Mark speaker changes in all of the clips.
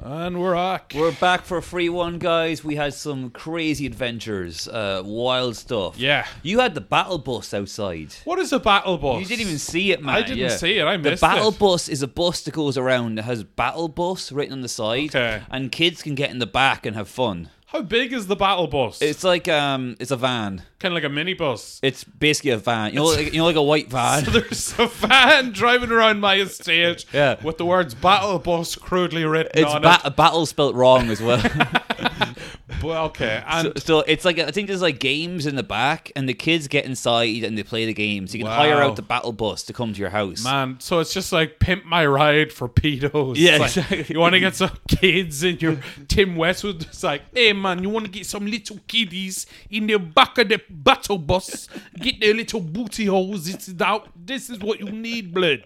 Speaker 1: And we're back.
Speaker 2: We're back for free one, guys. We had some crazy adventures, uh, wild stuff.
Speaker 1: Yeah.
Speaker 2: You had the battle bus outside.
Speaker 1: What is a battle bus?
Speaker 2: You didn't even see it, man.
Speaker 1: I didn't
Speaker 2: yeah.
Speaker 1: see it. I
Speaker 2: The
Speaker 1: missed
Speaker 2: battle
Speaker 1: it.
Speaker 2: bus is a bus that goes around that has battle bus written on the side,
Speaker 1: Okay.
Speaker 2: and kids can get in the back and have fun.
Speaker 1: How big is the battle bus?
Speaker 2: It's like um, it's a van.
Speaker 1: kind of like a minibus.
Speaker 2: It's basically a van. You know, like, you know, like a white van.
Speaker 1: So there's a van driving around my estate
Speaker 2: Yeah.
Speaker 1: with the words battle bus crudely written
Speaker 2: It's
Speaker 1: on
Speaker 2: ba- battle spelt wrong as well.
Speaker 1: it. Well, okay.
Speaker 2: so,
Speaker 1: And
Speaker 2: so it's like I think there's like games in the back, and the kids get inside and they play the games. You can
Speaker 1: Wow.
Speaker 2: hire out the battle bus to come to your house.
Speaker 1: man, so it's just like pimp my ride for pedos.
Speaker 2: Yeah,
Speaker 1: It's like,
Speaker 2: exactly.
Speaker 1: You want to get some kids in your Tim Westwood? It's like, hey man, you want to get some little kiddies in the back of the battle bus? Get their little booty holes. This is out. This is what you need, blood.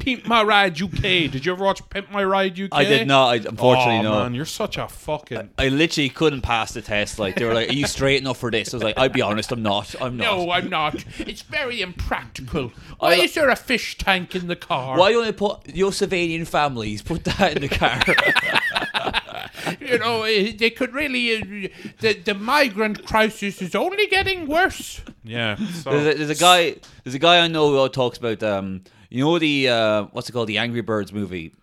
Speaker 1: Pimp My Ride UK. Did you ever watch Pimp My Ride UK?
Speaker 2: I did not. I, unfortunately,
Speaker 1: oh,
Speaker 2: no.
Speaker 1: man, you're such a fucking.
Speaker 2: I literally couldn't pass the test. Like they were like, "Are you straight enough for this?" I was like, "I'd be honest, I'm not. I'm not."
Speaker 1: No, I'm not. It's very impractical. Why
Speaker 2: I-
Speaker 1: is there a fish tank in the car?
Speaker 2: Why you only put Yugoslavian families? Put that in the car.
Speaker 1: You know, eh, they could really. Uh, the, the migrant crisis is only getting worse. Yeah.
Speaker 2: there's, a, there's a guy. There's a guy I know who all talks about. Um, you know the uh, what's it called? The Angry Birds movie.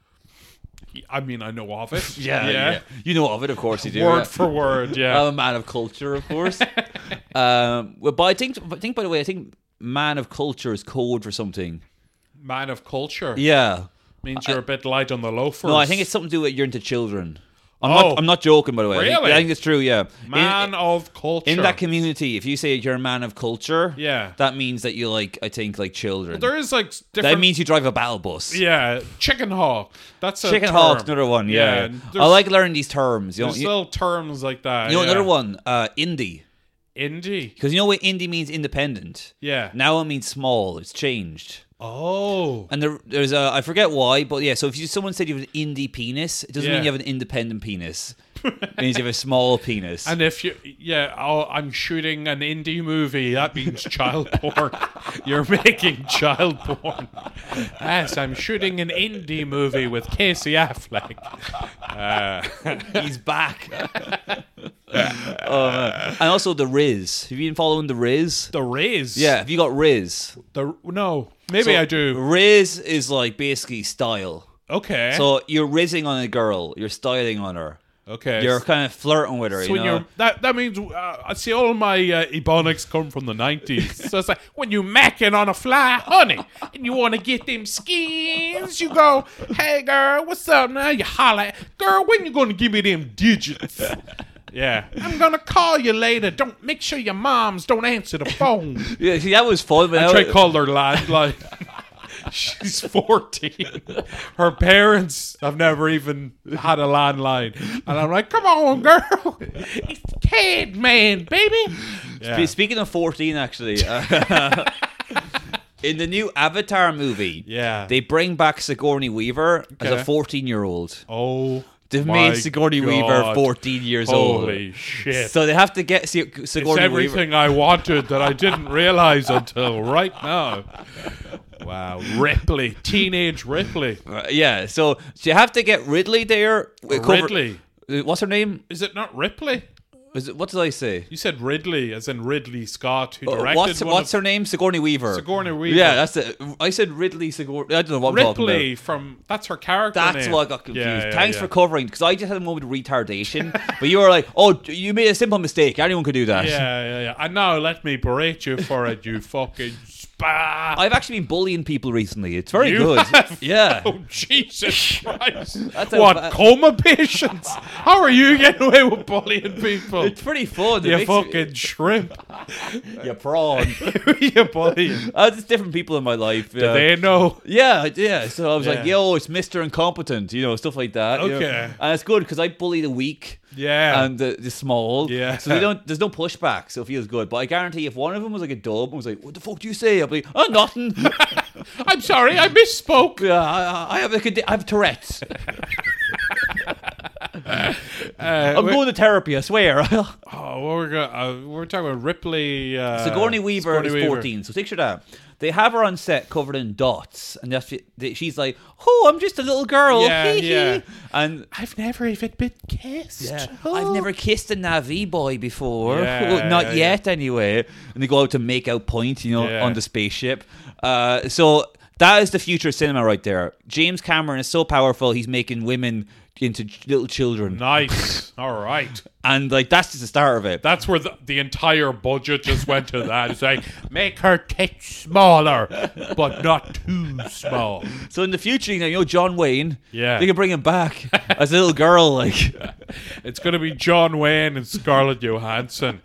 Speaker 1: I mean, I know of it.
Speaker 2: You know of it, of course you do. Um,
Speaker 1: Word
Speaker 2: yeah.
Speaker 1: for word, yeah.
Speaker 2: I'm a man of culture, of course. um, well, but I think, I think by the way, I think man of culture is code for something.
Speaker 1: Man of culture.
Speaker 2: Yeah.
Speaker 1: Means you're a bit light on the loafers.
Speaker 2: No, I think it's something to do with you're into children. I'm
Speaker 1: Oh.
Speaker 2: not. I'm not joking, by the way. I think-
Speaker 1: Really?
Speaker 2: I think it's true. Yeah. In-
Speaker 1: Man of culture.
Speaker 2: in, that community, if you say you're a man of culture,
Speaker 1: Yeah.
Speaker 2: that means that you like. I think like children.
Speaker 1: there is like different.
Speaker 2: that means you drive a battle bus.
Speaker 1: Yeah, chicken hawk. That's a
Speaker 2: Chicken
Speaker 1: term.
Speaker 2: hawk's another one. Yeah.
Speaker 1: there's-
Speaker 2: I like learning these terms. You know,
Speaker 1: There's
Speaker 2: you,
Speaker 1: little terms like that.
Speaker 2: you know
Speaker 1: yeah.
Speaker 2: another one. Uh, indie,
Speaker 1: Indie.
Speaker 2: because you know what indie means independent.
Speaker 1: Yeah.
Speaker 2: Now it means small. It's changed.
Speaker 1: Oh.
Speaker 2: And there, there's a I forget why, but yeah. So if you someone said you have an indie penis, it doesn't
Speaker 1: Yeah.
Speaker 2: mean you have an independent penis. it means you have a small penis.
Speaker 1: And if you, yeah, oh, I'm shooting an indie movie. That means child porn. You're making child porn. Yes, I'm shooting an indie movie with Casey Affleck.
Speaker 2: He's back. oh, man. And also the Riz. Have you been following the Riz?
Speaker 1: The Riz.
Speaker 2: Yeah, have you got Riz?
Speaker 1: The no, maybe
Speaker 2: So
Speaker 1: I do.
Speaker 2: Riz is like basically style.
Speaker 1: Okay.
Speaker 2: So you're rizzing on a girl, you're styling on her,
Speaker 1: okay.
Speaker 2: you're kind of flirting with her.
Speaker 1: So
Speaker 2: you
Speaker 1: when
Speaker 2: know?
Speaker 1: you're that that means uh, I see all my uh, ebonics come from the nineties. so it's like when you macking on a fly, honey, and you want to get them skins, you go, "Hey girl, what's up?" Now you holler, "Girl, when you gonna give me them digits?" yeah, I'm gonna call you later. Don't make sure your moms don't answer the phone.
Speaker 2: yeah, see, that was fun. But
Speaker 1: Try
Speaker 2: now,
Speaker 1: to call her landline. She's 14. Her parents have never even had a landline. And I'm like, come on, girl. It's Ted, man, baby.
Speaker 2: Spe- Speaking of 14, actually, uh, in the new Avatar movie,
Speaker 1: Yeah.
Speaker 2: they bring back Sigourney Weaver as
Speaker 1: Okay.
Speaker 2: a 14 year old.
Speaker 1: oh.
Speaker 2: They've
Speaker 1: my
Speaker 2: made Sigourney Weaver
Speaker 1: God.
Speaker 2: 14 years
Speaker 1: Holy
Speaker 2: old.
Speaker 1: shit.
Speaker 2: So they have to get Si-
Speaker 1: it's
Speaker 2: Sigourney Weaver.
Speaker 1: everything I wanted that I didn't realize until right now. Wow. Ripley. Teenage Ripley.
Speaker 2: Uh, yeah, so, so you have to get Ridley there. uh, cover-
Speaker 1: Ridley.
Speaker 2: Uh, What's her name?
Speaker 1: Is it not Ripley?
Speaker 2: Is it, what did I say?
Speaker 1: You said Ridley, as in Ridley Scott, who
Speaker 2: Uh,
Speaker 1: directed
Speaker 2: What's
Speaker 1: one
Speaker 2: what's
Speaker 1: of
Speaker 2: her name? Sigourney Weaver.
Speaker 1: Sigourney Weaver.
Speaker 2: Yeah, that's it. I said Ridley Sigourney. I don't know what I'm talking about.
Speaker 1: Ripley from that's her character.
Speaker 2: That's
Speaker 1: name.
Speaker 2: why I got confused.
Speaker 1: Yeah, yeah,
Speaker 2: Thanks
Speaker 1: yeah.
Speaker 2: for covering because I just had a moment of retardation, but you were like, "Oh, you made a simple mistake. Anyone could do that."
Speaker 1: Yeah, yeah, yeah. And now let me berate you for it, you fucking spa.
Speaker 2: I've actually been bullying people recently. It's very
Speaker 1: You
Speaker 2: good.
Speaker 1: have?
Speaker 2: Yeah.
Speaker 1: Oh Jesus Christ!
Speaker 2: That's how
Speaker 1: what
Speaker 2: bad-
Speaker 1: coma patients? How are you getting away with bullying people?
Speaker 2: It's pretty fun. It
Speaker 1: You
Speaker 2: makes me-
Speaker 1: fucking shrimp!
Speaker 2: you prawn.
Speaker 1: you bullying?
Speaker 2: uh, there's different people in my life. Yeah.
Speaker 1: They know.
Speaker 2: yeah, yeah. So I was like,
Speaker 1: Yeah.
Speaker 2: yo, it's Mr. Incompetent, you know, stuff like that. you know.
Speaker 1: Okay.
Speaker 2: And it's good because I bully the weak.
Speaker 1: Yeah.
Speaker 2: and the, the small.
Speaker 1: Yeah.
Speaker 2: So they don't. There's no pushback, so it feels good. But I guarantee, if one of them was like a dub and was like, "What the fuck do you say?" I'll be, "Oh, nothing."
Speaker 1: I'm sorry, I misspoke.
Speaker 2: yeah, I, I have a condi- I have Tourette's.
Speaker 1: Uh,
Speaker 2: I'm going to therapy. I swear.
Speaker 1: oh, well, we're go- uh, we're talking about Ripley. Uh,
Speaker 2: Sigourney Weaver
Speaker 1: Sigourney
Speaker 2: is
Speaker 1: Weaver.
Speaker 2: 14, so picture that. They have her on set covered in dots, and that's, they- she's like, "Oh, I'm just a little girl."
Speaker 1: Yeah,
Speaker 2: hee hee."
Speaker 1: yeah.
Speaker 2: And
Speaker 1: I've never even been kissed.
Speaker 2: yeah,
Speaker 1: Oh.
Speaker 2: I've never kissed a Navi boy before.
Speaker 1: Yeah,
Speaker 2: Well, Not
Speaker 1: yeah,
Speaker 2: yet, anyway. And they go out to make out point, you know,
Speaker 1: Yeah.
Speaker 2: on the spaceship. Uh, so that is the future of cinema right there. James Cameron is so powerful; he's making women into ch- little children,
Speaker 1: Nice. All right.
Speaker 2: and like that's just the start of it.
Speaker 1: That's where the, the entire budget just went to that. It's like, make her tits smaller, but not too small.
Speaker 2: So in the future, you know, you know John Wayne.
Speaker 1: Yeah.
Speaker 2: They can bring him back as a little girl, like
Speaker 1: It's going to be John Wayne and Scarlett Johansson.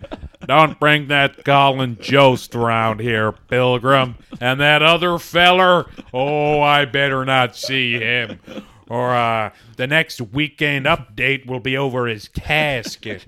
Speaker 1: Don't bring that Colin Jost around here, Pilgrim. And that other feller, oh, I better not see him. Or uh, the next weekend update will be over his casket.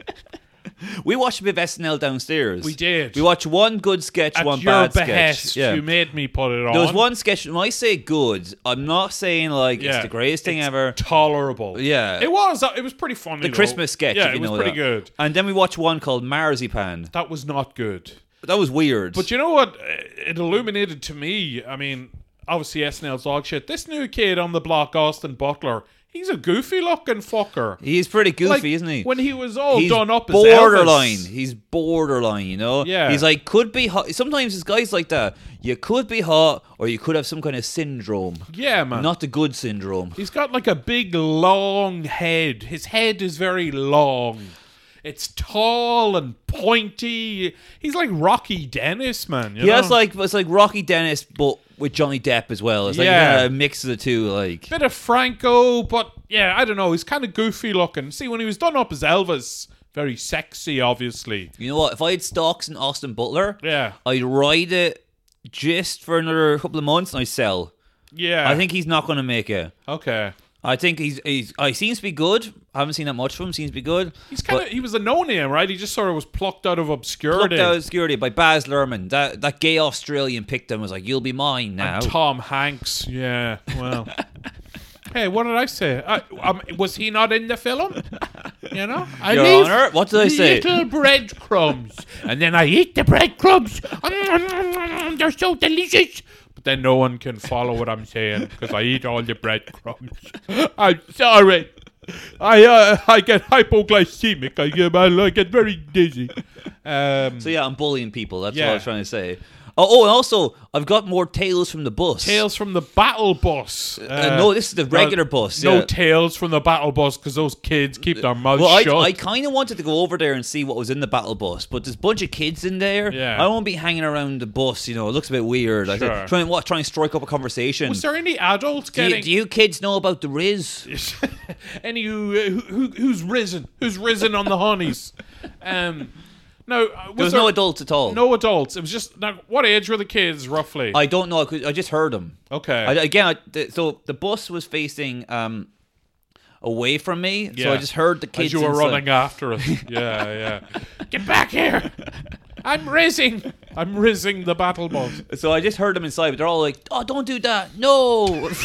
Speaker 2: we watched a bit of SNL downstairs.
Speaker 1: We did.
Speaker 2: We watched one good sketch,
Speaker 1: At
Speaker 2: one
Speaker 1: your
Speaker 2: bad
Speaker 1: behest,
Speaker 2: sketch. Yeah.
Speaker 1: you made me put it on.
Speaker 2: there was one sketch. When I say good, I'm not saying like it's the greatest thing
Speaker 1: It's
Speaker 2: ever.
Speaker 1: Tolerable.
Speaker 2: Yeah.
Speaker 1: It was. uh, It was pretty funny.
Speaker 2: The
Speaker 1: though.
Speaker 2: Christmas sketch.
Speaker 1: Yeah, it
Speaker 2: if you
Speaker 1: was
Speaker 2: know
Speaker 1: pretty
Speaker 2: that.
Speaker 1: good.
Speaker 2: And then we watched one called Marzipan.
Speaker 1: That was not good.
Speaker 2: That was weird.
Speaker 1: But you know what? uh, It illuminated to me. I mean, obviously SNL's dog shit. This new kid on the block, Austin Butler, he's a goofy looking fucker.
Speaker 2: he's pretty goofy,
Speaker 1: Like,
Speaker 2: isn't he?
Speaker 1: When he was all
Speaker 2: he's
Speaker 1: done up as
Speaker 2: borderline.
Speaker 1: Elvis.
Speaker 2: He's borderline, you know.
Speaker 1: Yeah.
Speaker 2: He's like could be hot. Sometimes it's guys like that. You could be hot, or you could have some kind of syndrome.
Speaker 1: Yeah, man.
Speaker 2: Not the good syndrome.
Speaker 1: He's got like a big long head. His head is very long. It's tall and pointy. He's like Rocky Dennis, man. You
Speaker 2: He has
Speaker 1: know?
Speaker 2: like it's like Rocky Dennis, but with Johnny Depp as well. It's like
Speaker 1: Yeah.
Speaker 2: yeah, a mix of the two. Like
Speaker 1: bit of Franco, but yeah, I don't know. He's kind of goofy looking. See, when he was done up as Elvis, very sexy, obviously.
Speaker 2: you know what? If I had stocks in Austin Butler,
Speaker 1: Yeah,
Speaker 2: I'd ride it just for another couple of months and I sell.
Speaker 1: yeah.
Speaker 2: I think he's not going to make it.
Speaker 1: okay.
Speaker 2: I think he's he's. I seems to be good. I haven't seen that much from him. Seems to be good.
Speaker 1: He's kind of he was a no name, right? He just sort of was plucked out of
Speaker 2: Plucked
Speaker 1: obscurity.
Speaker 2: out of obscurity by Baz Luhrmann. That that gay Australian picked him. Was like, "You'll be mine now."
Speaker 1: Tom Hanks. Yeah. Well. hey, what did I say? I, um, was he not in the film? You know, I
Speaker 2: Your
Speaker 1: leave
Speaker 2: Honor, what did I say?
Speaker 1: Little breadcrumbs, and then I eat the breadcrumbs. Mm, They're so delicious. But then no one can follow what I'm saying because I eat all the breadcrumbs. I'm sorry. I uh, I get hypoglycemic. I get I, get very dizzy. Um,
Speaker 2: so yeah, I'm bullying people. That's what I
Speaker 1: Yeah.
Speaker 2: was trying to say. Oh, oh, and also, I've got more tales from the bus.
Speaker 1: Tales from the Battle Bus.
Speaker 2: Uh, no, this is the regular
Speaker 1: no,
Speaker 2: bus,
Speaker 1: No
Speaker 2: yeah.
Speaker 1: Tales from the Battle Bus because those kids keep their mouths
Speaker 2: Well, I,
Speaker 1: shut.
Speaker 2: I kind of wanted to go over there and see what was in the battle bus, but there's a bunch of kids in there.
Speaker 1: Yeah.
Speaker 2: I won't be hanging around the bus. You know, it looks a bit weird. Like,
Speaker 1: Sure.
Speaker 2: try and what? Try and strike up a conversation.
Speaker 1: Was there any adults
Speaker 2: do,
Speaker 1: getting
Speaker 2: you, do you kids know about the Riz?
Speaker 1: any who, who who- who's risen? Who's risen on the honeys? Um, no, uh, was
Speaker 2: There was
Speaker 1: there
Speaker 2: no adults at all.
Speaker 1: no adults. It was just now. What age were the kids roughly?
Speaker 2: I don't know. I, could, I just heard them.
Speaker 1: okay,
Speaker 2: I, again, I, th- so the bus was facing um, away from me, so
Speaker 1: Yeah.
Speaker 2: I just heard the kids.
Speaker 1: as you were
Speaker 2: inside.
Speaker 1: running after us. yeah, yeah. Get back here! I'm rising. I'm rising the battle bus.
Speaker 2: So I just heard them inside, but they're all like, "Oh, don't do that! No."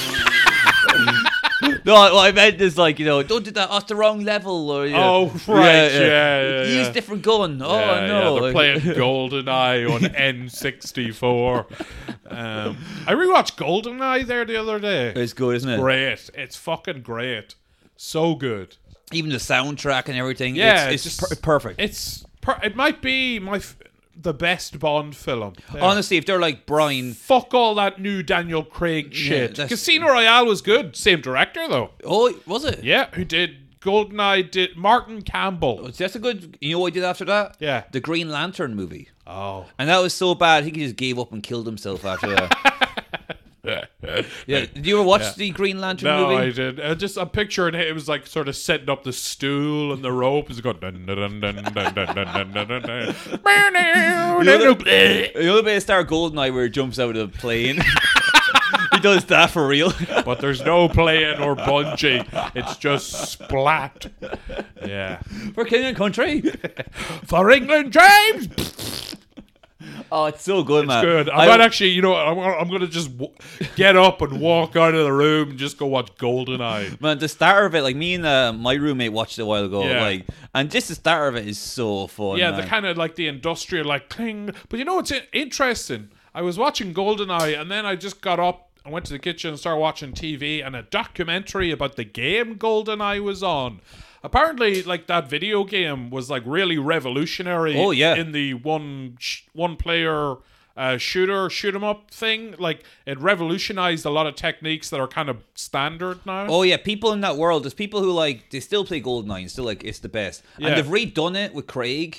Speaker 2: No, what I meant is like you know, don't do that. That's the wrong level. Or, you know,
Speaker 1: Oh, right, yeah, yeah,
Speaker 2: Use
Speaker 1: yeah.
Speaker 2: different gun. Oh
Speaker 1: Uh, Yeah,
Speaker 2: no,
Speaker 1: yeah, they're
Speaker 2: Like-
Speaker 1: playing GoldenEye on N64. Um, I rewatched GoldenEye there the other day.
Speaker 2: It's good, isn't it?
Speaker 1: Great. It's fucking great. So good.
Speaker 2: Even the soundtrack and everything.
Speaker 1: Yeah,
Speaker 2: it's, it's
Speaker 1: it's
Speaker 2: per-
Speaker 1: just-
Speaker 2: perfect.
Speaker 1: It's per- it might be my f- the best Bond film. There.
Speaker 2: Honestly, if they're like Brian,
Speaker 1: Fuck all that new Daniel Craig shit.
Speaker 2: that's-
Speaker 1: Casino Royale was good. Same director though.
Speaker 2: oh, was it?
Speaker 1: Yeah, who did GoldenEye? Did Martin Campbell?
Speaker 2: That's a good. You know what I did after that?
Speaker 1: Yeah.
Speaker 2: the Green Lantern movie,
Speaker 1: Oh,
Speaker 2: and that was so bad. I think he just gave up and killed himself after that. yeah, did you ever watch the Green Lantern
Speaker 1: No,
Speaker 2: movie?
Speaker 1: I did. Uh, just a picture, and it was like sort of setting up the stool and the rope. It's going. Dun, dun, dun, dun, dun, dun, dun, dun, dun, dun.
Speaker 2: The only bit of Star Goldeneye where he jumps out of the plane. he does that for real.
Speaker 1: but there's no playing or bungee. It's just splat. Yeah.
Speaker 2: For king and country.
Speaker 1: For England, James.
Speaker 2: Oh, it's so good, man.
Speaker 1: Good. I,
Speaker 2: I-
Speaker 1: might actually, you know, what, I'm, gonna- I'm gonna just w- get up and walk out of the room and just go watch Goldeneye.
Speaker 2: Man, the starter of it, like me and uh, my roommate watched it a while ago,
Speaker 1: Yeah.
Speaker 2: like, and just the starter of it is so fun.
Speaker 1: Yeah,
Speaker 2: man.
Speaker 1: the kind of like the industrial like cling. But you know what's in- interesting? I was watching Goldeneye and then I just got up and went to the kitchen and started watching TV and a documentary about the game Goldeneye was on. Apparently, like that video game was like really revolutionary.
Speaker 2: Oh, yeah.
Speaker 1: in the one sh- one player. Uh, shooter shoot 'em up thing like it revolutionized a lot of techniques that are kind of standard now
Speaker 2: Oh yeah, people in that world. There's people who like they still play Goldeneye and still like it's the best.
Speaker 1: Yeah.
Speaker 2: And they've redone it with Craig.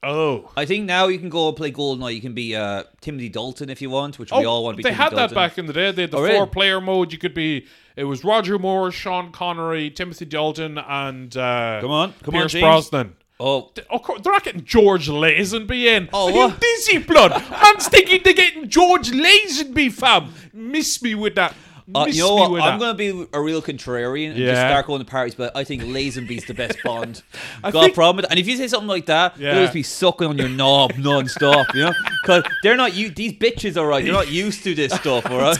Speaker 1: Oh.
Speaker 2: I think now you can go and play Goldeneye. You can be uh, Timothy Dalton if you want, which we all want to be.
Speaker 1: Oh, they
Speaker 2: Timothy
Speaker 1: had that
Speaker 2: Dalton.
Speaker 1: back in the day. They had the
Speaker 2: Oh, really?
Speaker 1: four-player mode. You could be. It was Roger Moore, Sean Connery, Timothy Dalton, and uh,
Speaker 2: Come on, come on,
Speaker 1: Pierce
Speaker 2: James.
Speaker 1: Brosnan.
Speaker 2: Oh,
Speaker 1: Th- Of course, they're not getting George Lazenby in.
Speaker 2: Oh,
Speaker 1: Are you
Speaker 2: what?
Speaker 1: dizzy, blood? Man's thinking they're getting George Lazenby, fam. Miss me with that.
Speaker 2: uh,
Speaker 1: Miss
Speaker 2: you know
Speaker 1: me
Speaker 2: what?
Speaker 1: with
Speaker 2: I'm
Speaker 1: that.
Speaker 2: gonna be a real contrarian and just
Speaker 1: Yeah.
Speaker 2: start going to parties, but I think Lazenby's the best Bond. Got a
Speaker 1: think-
Speaker 2: problem with that? And if you say something like that,
Speaker 1: Yeah.
Speaker 2: they'll just be sucking on your knob non-stop, you know? Because they're not you. These bitches are right. They're not used to this stuff, all right?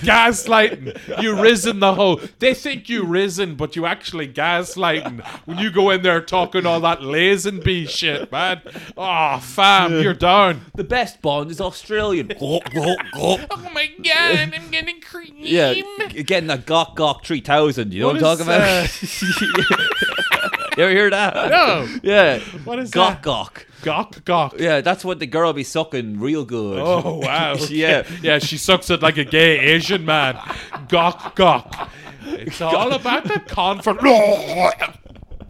Speaker 1: gaslighting. You risen the whole. They think you risen, but you actually gaslighting when you go in there talking all that Lazenby shit, man. Oh, fam, you're down.
Speaker 2: The best Bond is Australian. Go, go, go.
Speaker 1: Oh my god, I'm getting cream.
Speaker 2: Yeah, g- getting that Gok Gok 3000, you know what,
Speaker 1: What
Speaker 2: I'm talking about? you ever hear that?
Speaker 1: No.
Speaker 2: Yeah.
Speaker 1: What is that?
Speaker 2: Gok Gok.
Speaker 1: Gawk, gawk.
Speaker 2: Yeah, that's what the girl be sucking real good.
Speaker 1: Oh wow. okay.
Speaker 2: Yeah.
Speaker 1: Yeah, she sucks it like a gay Asian man. Gawk, gawk. It's all about the comfort.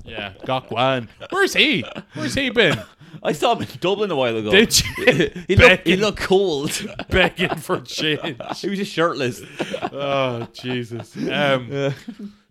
Speaker 1: Yeah, Gawk one. Where's he? Where's he been?
Speaker 2: I saw him in Dublin a while ago.
Speaker 1: Did you
Speaker 2: he, looked, he
Speaker 1: Begging.
Speaker 2: looked cold.
Speaker 1: begging for change?
Speaker 2: he was just shirtless.
Speaker 1: Oh Jesus. Um,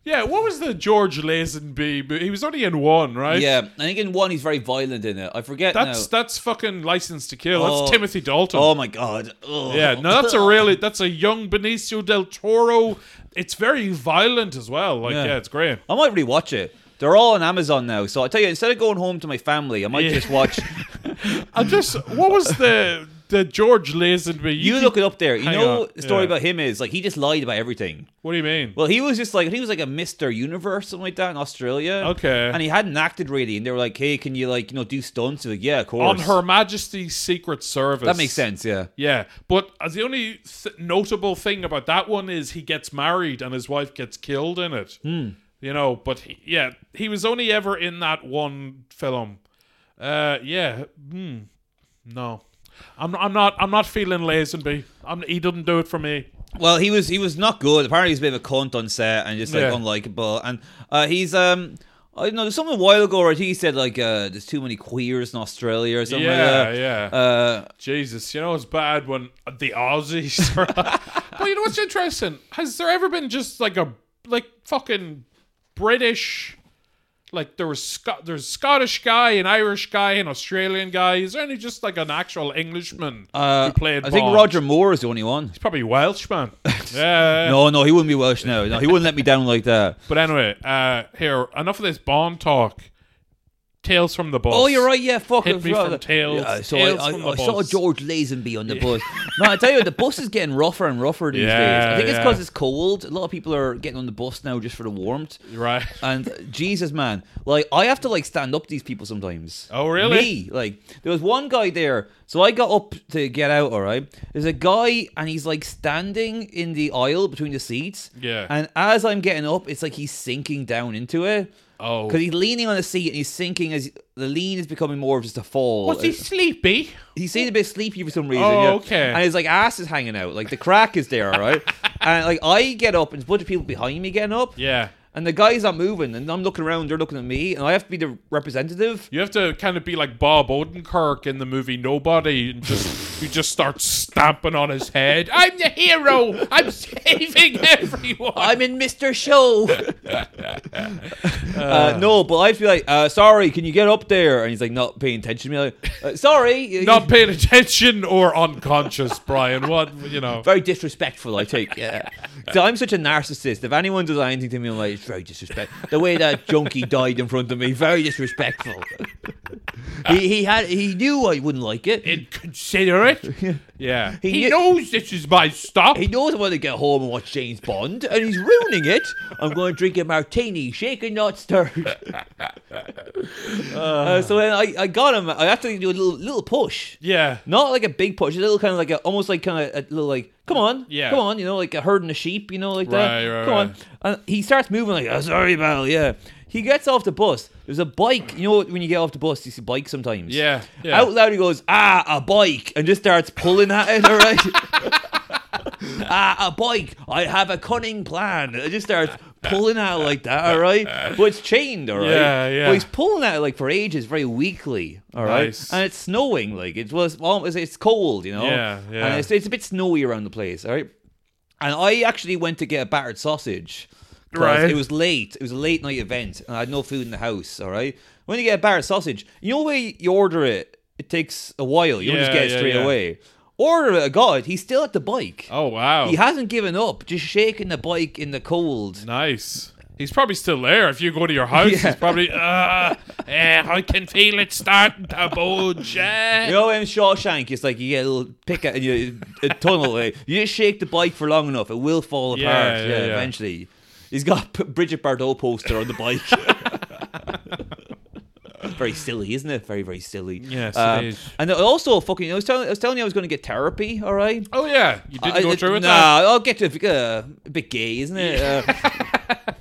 Speaker 1: yeah. What was the George Lazenby? mo- He was only in one, right?
Speaker 2: Yeah, I think in one he's very violent in it. I forget
Speaker 1: That's
Speaker 2: now.
Speaker 1: that's fucking license to kill. That's
Speaker 2: Oh.
Speaker 1: Timothy Dalton.
Speaker 2: Oh my god. Ugh.
Speaker 1: Yeah, no, that's a really that's a young Benicio del Toro. It's very violent as well. Like, yeah,
Speaker 2: Yeah.
Speaker 1: it's great.
Speaker 2: I might rewatch it. They're all on Amazon now, so I tell you, instead of going home to my family, I might
Speaker 1: Yeah.
Speaker 2: just watch.
Speaker 1: I just what was the the George Lazenby?
Speaker 2: You
Speaker 1: keep-
Speaker 2: look it up there. You
Speaker 1: Hang
Speaker 2: know
Speaker 1: on.
Speaker 2: the story
Speaker 1: Yeah.
Speaker 2: about him is like he just lied about everything.
Speaker 1: What do you mean?
Speaker 2: Well, he was just like he was like a Mister Universe something like that in Australia.
Speaker 1: Okay.
Speaker 2: and he hadn't acted really, and they were like, "Hey, can you like you know do stunts?" He's like, "Yeah, of
Speaker 1: On
Speaker 2: course."
Speaker 1: Her Majesty's Secret Service.
Speaker 2: that makes sense. Yeah.
Speaker 1: Yeah, but uh, the only th- notable thing about that one is he gets married and his wife gets killed in it. You know, but he, yeah, he was only ever in that one film. Uh, yeah, hmm, no, I'm I'm not I'm not feeling Lazenby. I'm, he doesn't do it for me.
Speaker 2: Well, he was he was not good. Apparently, he's a bit of a cunt on set and just like
Speaker 1: Yeah.
Speaker 2: unlikable. And uh, he's um. I don't know. There's something a while ago where he said like, uh, "There's too many queers in Australia" or something
Speaker 1: Yeah,
Speaker 2: like that.
Speaker 1: yeah.
Speaker 2: Uh,
Speaker 1: Jesus, you know it's bad when the Aussies. Are but you know what's interesting? Has there ever been just like a like fucking British? Like there was Sc- there's Scottish guy, an Irish guy, an Australian guy. Is there any just like an actual Englishman
Speaker 2: uh,
Speaker 1: who played?
Speaker 2: I think
Speaker 1: Bond?
Speaker 2: Roger Moore is the only one.
Speaker 1: He's probably Welshman. yeah.
Speaker 2: No, no, he wouldn't be Welsh now. No, he wouldn't let me down like that.
Speaker 1: But anyway, uh here enough of this Bond talk. Tales from the bus.
Speaker 2: Oh, you're right. Yeah, fuck.
Speaker 1: Hit
Speaker 2: I
Speaker 1: me
Speaker 2: forgot
Speaker 1: from
Speaker 2: that.
Speaker 1: tails,
Speaker 2: Yeah, so
Speaker 1: tails
Speaker 2: I, I,
Speaker 1: from the
Speaker 2: I saw
Speaker 1: bus.
Speaker 2: George Lazenby on the bus. Man, I tell you, the bus is getting rougher and rougher these
Speaker 1: Yeah,
Speaker 2: days. I think it's
Speaker 1: yeah.
Speaker 2: because it's cold. A lot of people are getting on the bus now just for the warmth.
Speaker 1: Right.
Speaker 2: And Jesus, man, like I have to like stand up to these people sometimes.
Speaker 1: Oh, really?
Speaker 2: Me, like there was one guy there. So I got up to get out. All right, there's a guy and he's like standing in the aisle between the seats.
Speaker 1: Yeah.
Speaker 2: And as I'm getting up, it's like he's sinking down into it.
Speaker 1: Oh.
Speaker 2: Because he's leaning on the seat and he's sinking as the lean is becoming more of just a fall.
Speaker 1: Was he sleepy?
Speaker 2: He seemed a bit sleepy for some reason.
Speaker 1: Oh,
Speaker 2: yeah.
Speaker 1: okay.
Speaker 2: And his like ass is hanging out, like the crack is there, all right. and like I get up, and there's a bunch of people behind me getting up.
Speaker 1: Yeah.
Speaker 2: And the guy's not moving, and I'm looking around, they're looking at me, and I have to be the representative.
Speaker 1: You have to kind of be like Bob Odenkirk in the movie Nobody, and just you just start stamping on his head. I'm the hero. I'm saving everyone.
Speaker 2: I'm in Mr. Show. uh, no, but I feel like, uh, sorry, can you get up there? And he's like, not paying attention to me. Like, uh, sorry.
Speaker 1: not paying attention or unconscious, Brian. What you know?
Speaker 2: very disrespectful. I take yeah. So I'm such a narcissist. If anyone does anything to me, I'm like it's very disrespectful. The way that junkie died in front of me, very disrespectful. he, he had he knew I wouldn't like it.
Speaker 1: Inconsiderate. Yeah. He,
Speaker 2: He knew-
Speaker 1: knows this is my stuff.
Speaker 2: He knows I want to get home and watch James Bond, and he's ruining it. I'm going to drink a martini, shaken not stirred. Uh, so then I, I got him. I have to do a little little push,
Speaker 1: yeah.
Speaker 2: not like a big push, a little kind of like a almost like kind of a little like, come on,
Speaker 1: Yeah.
Speaker 2: come on, you know, like a herding a sheep, you know, like
Speaker 1: Right,
Speaker 2: that.
Speaker 1: right,
Speaker 2: come
Speaker 1: right.
Speaker 2: on. And he starts moving like, oh, sorry, pal, yeah. He gets off the bus. There's a bike. You know when you get off the bus, you see bikes sometimes.
Speaker 1: Yeah, yeah.
Speaker 2: Out loud, he goes, "Ah, a bike," and just starts pulling at it. All right. ah, a bike. I have a cunning plan. It just starts pulling at it like that, all right? But it's chained, all right?
Speaker 1: Yeah, yeah.
Speaker 2: But he's pulling at it like for ages, very weakly, all right?
Speaker 1: Nice.
Speaker 2: And it's snowing, like it was almost, it's cold, you know?
Speaker 1: Yeah, yeah.
Speaker 2: And it's, it's a bit snowy around the place, all right? And I actually went to get a battered sausage. 'cause
Speaker 1: Right.
Speaker 2: It was late. It was a late night event, and I had no food in the house, all right? When you get a battered sausage, you know, when you order it, it takes a while. You don't just
Speaker 1: Yeah,
Speaker 2: get it
Speaker 1: yeah,
Speaker 2: straight
Speaker 1: yeah.
Speaker 2: away. Order it, I got it. He's still at the bike.
Speaker 1: Oh wow.
Speaker 2: He hasn't given up, just shaking the bike in the cold.
Speaker 1: nice. He's probably still there. If you go to your house,
Speaker 2: Yeah.
Speaker 1: he's probably. Uh, eh, I can feel it starting to bulge. eh."
Speaker 2: You know, in Shawshank, it's like you get a little pick and you, a tunnel. eh? You just shake the bike for long enough, it will fall apart.
Speaker 1: Yeah,
Speaker 2: Yeah,
Speaker 1: yeah, yeah.
Speaker 2: eventually. He's got a Bridget Bardot poster on the bike. very silly, isn't it? Very, very silly.
Speaker 1: Yes, it
Speaker 2: Um,
Speaker 1: is.
Speaker 2: And also, fucking, I was telling, I was telling you, I was going to get therapy. All right.
Speaker 1: Oh yeah, you didn't
Speaker 2: I-
Speaker 1: go
Speaker 2: I-
Speaker 1: through with
Speaker 2: nah,
Speaker 1: that.
Speaker 2: I'll get to it, uh, a bit gay, isn't it? Uh,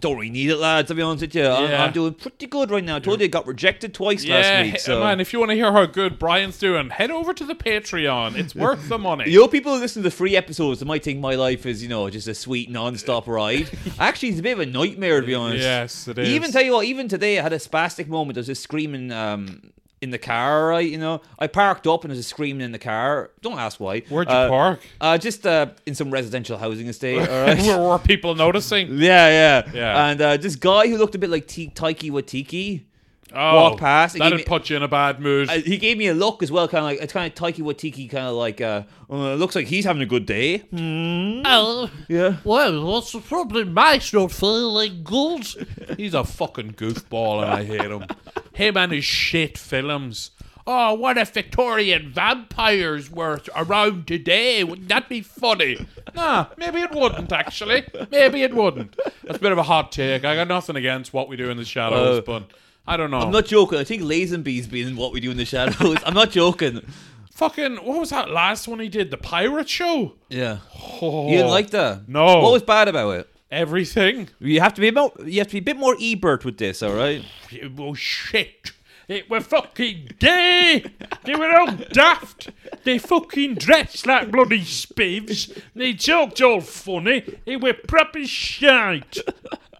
Speaker 2: don't really need it, lads. To be honest with you, I'm,
Speaker 1: Yeah.
Speaker 2: I'm doing pretty good right now. I told you I got rejected twice
Speaker 1: Yeah,
Speaker 2: last week.
Speaker 1: h-
Speaker 2: So.
Speaker 1: man. If you want to hear how good Brian's doing, head over to the Patreon. It's worth the money.
Speaker 2: You know, people who listen to the free episodes that might think my life is, you know, just a sweet non-stop ride. Actually, it's a bit of a nightmare to be honest.
Speaker 1: Yes, it
Speaker 2: Even
Speaker 1: is.
Speaker 2: tell you what, even today I had a spastic moment. I was just screaming um, in the car, right? You know, I parked up and I was just screaming in the car. Don't ask why.
Speaker 1: Where'd you
Speaker 2: Uh,
Speaker 1: park?
Speaker 2: Uh, just uh, in some residential housing estate. All right.
Speaker 1: Were, were people noticing?
Speaker 2: Yeah, yeah,
Speaker 1: Yeah.
Speaker 2: And uh, this guy who looked a bit like T- Taiki Watiki,
Speaker 1: Oh,
Speaker 2: walked past, it gave
Speaker 1: That'd
Speaker 2: me-
Speaker 1: put you in a bad mood.
Speaker 2: uh, he gave me a look as well, kind of like it's kind of Taiki Watiki, kind of like uh, uh, looks like he's having a good day.
Speaker 1: Oh,
Speaker 2: Yeah.
Speaker 1: Well, what's the problem? Mike's not feeling good. He's a fucking goofball, and I hate him. Him and his shit films. Oh, what if Victorian vampires were around today? Wouldn't that be funny? Nah, maybe it wouldn't, actually. Maybe it wouldn't. That's a bit of a hot take. I got nothing against what we do in the shadows,
Speaker 2: Uh,
Speaker 1: but I don't know.
Speaker 2: I'm not joking. I think Lazenby's been in what we do in the shadows. I'm not joking.
Speaker 1: Fucking, what was that last one he did? The pirate show?
Speaker 2: Yeah,
Speaker 1: Oh,
Speaker 2: you didn't like that.
Speaker 1: No.
Speaker 2: What was bad about it?
Speaker 1: everything.
Speaker 2: You have to be about. You have to be a bit more Ebert with this, all right?
Speaker 1: It was shit. It were fucking gay. They were all daft. They fucking dressed like bloody spivs. They talked all funny. It were proper shite.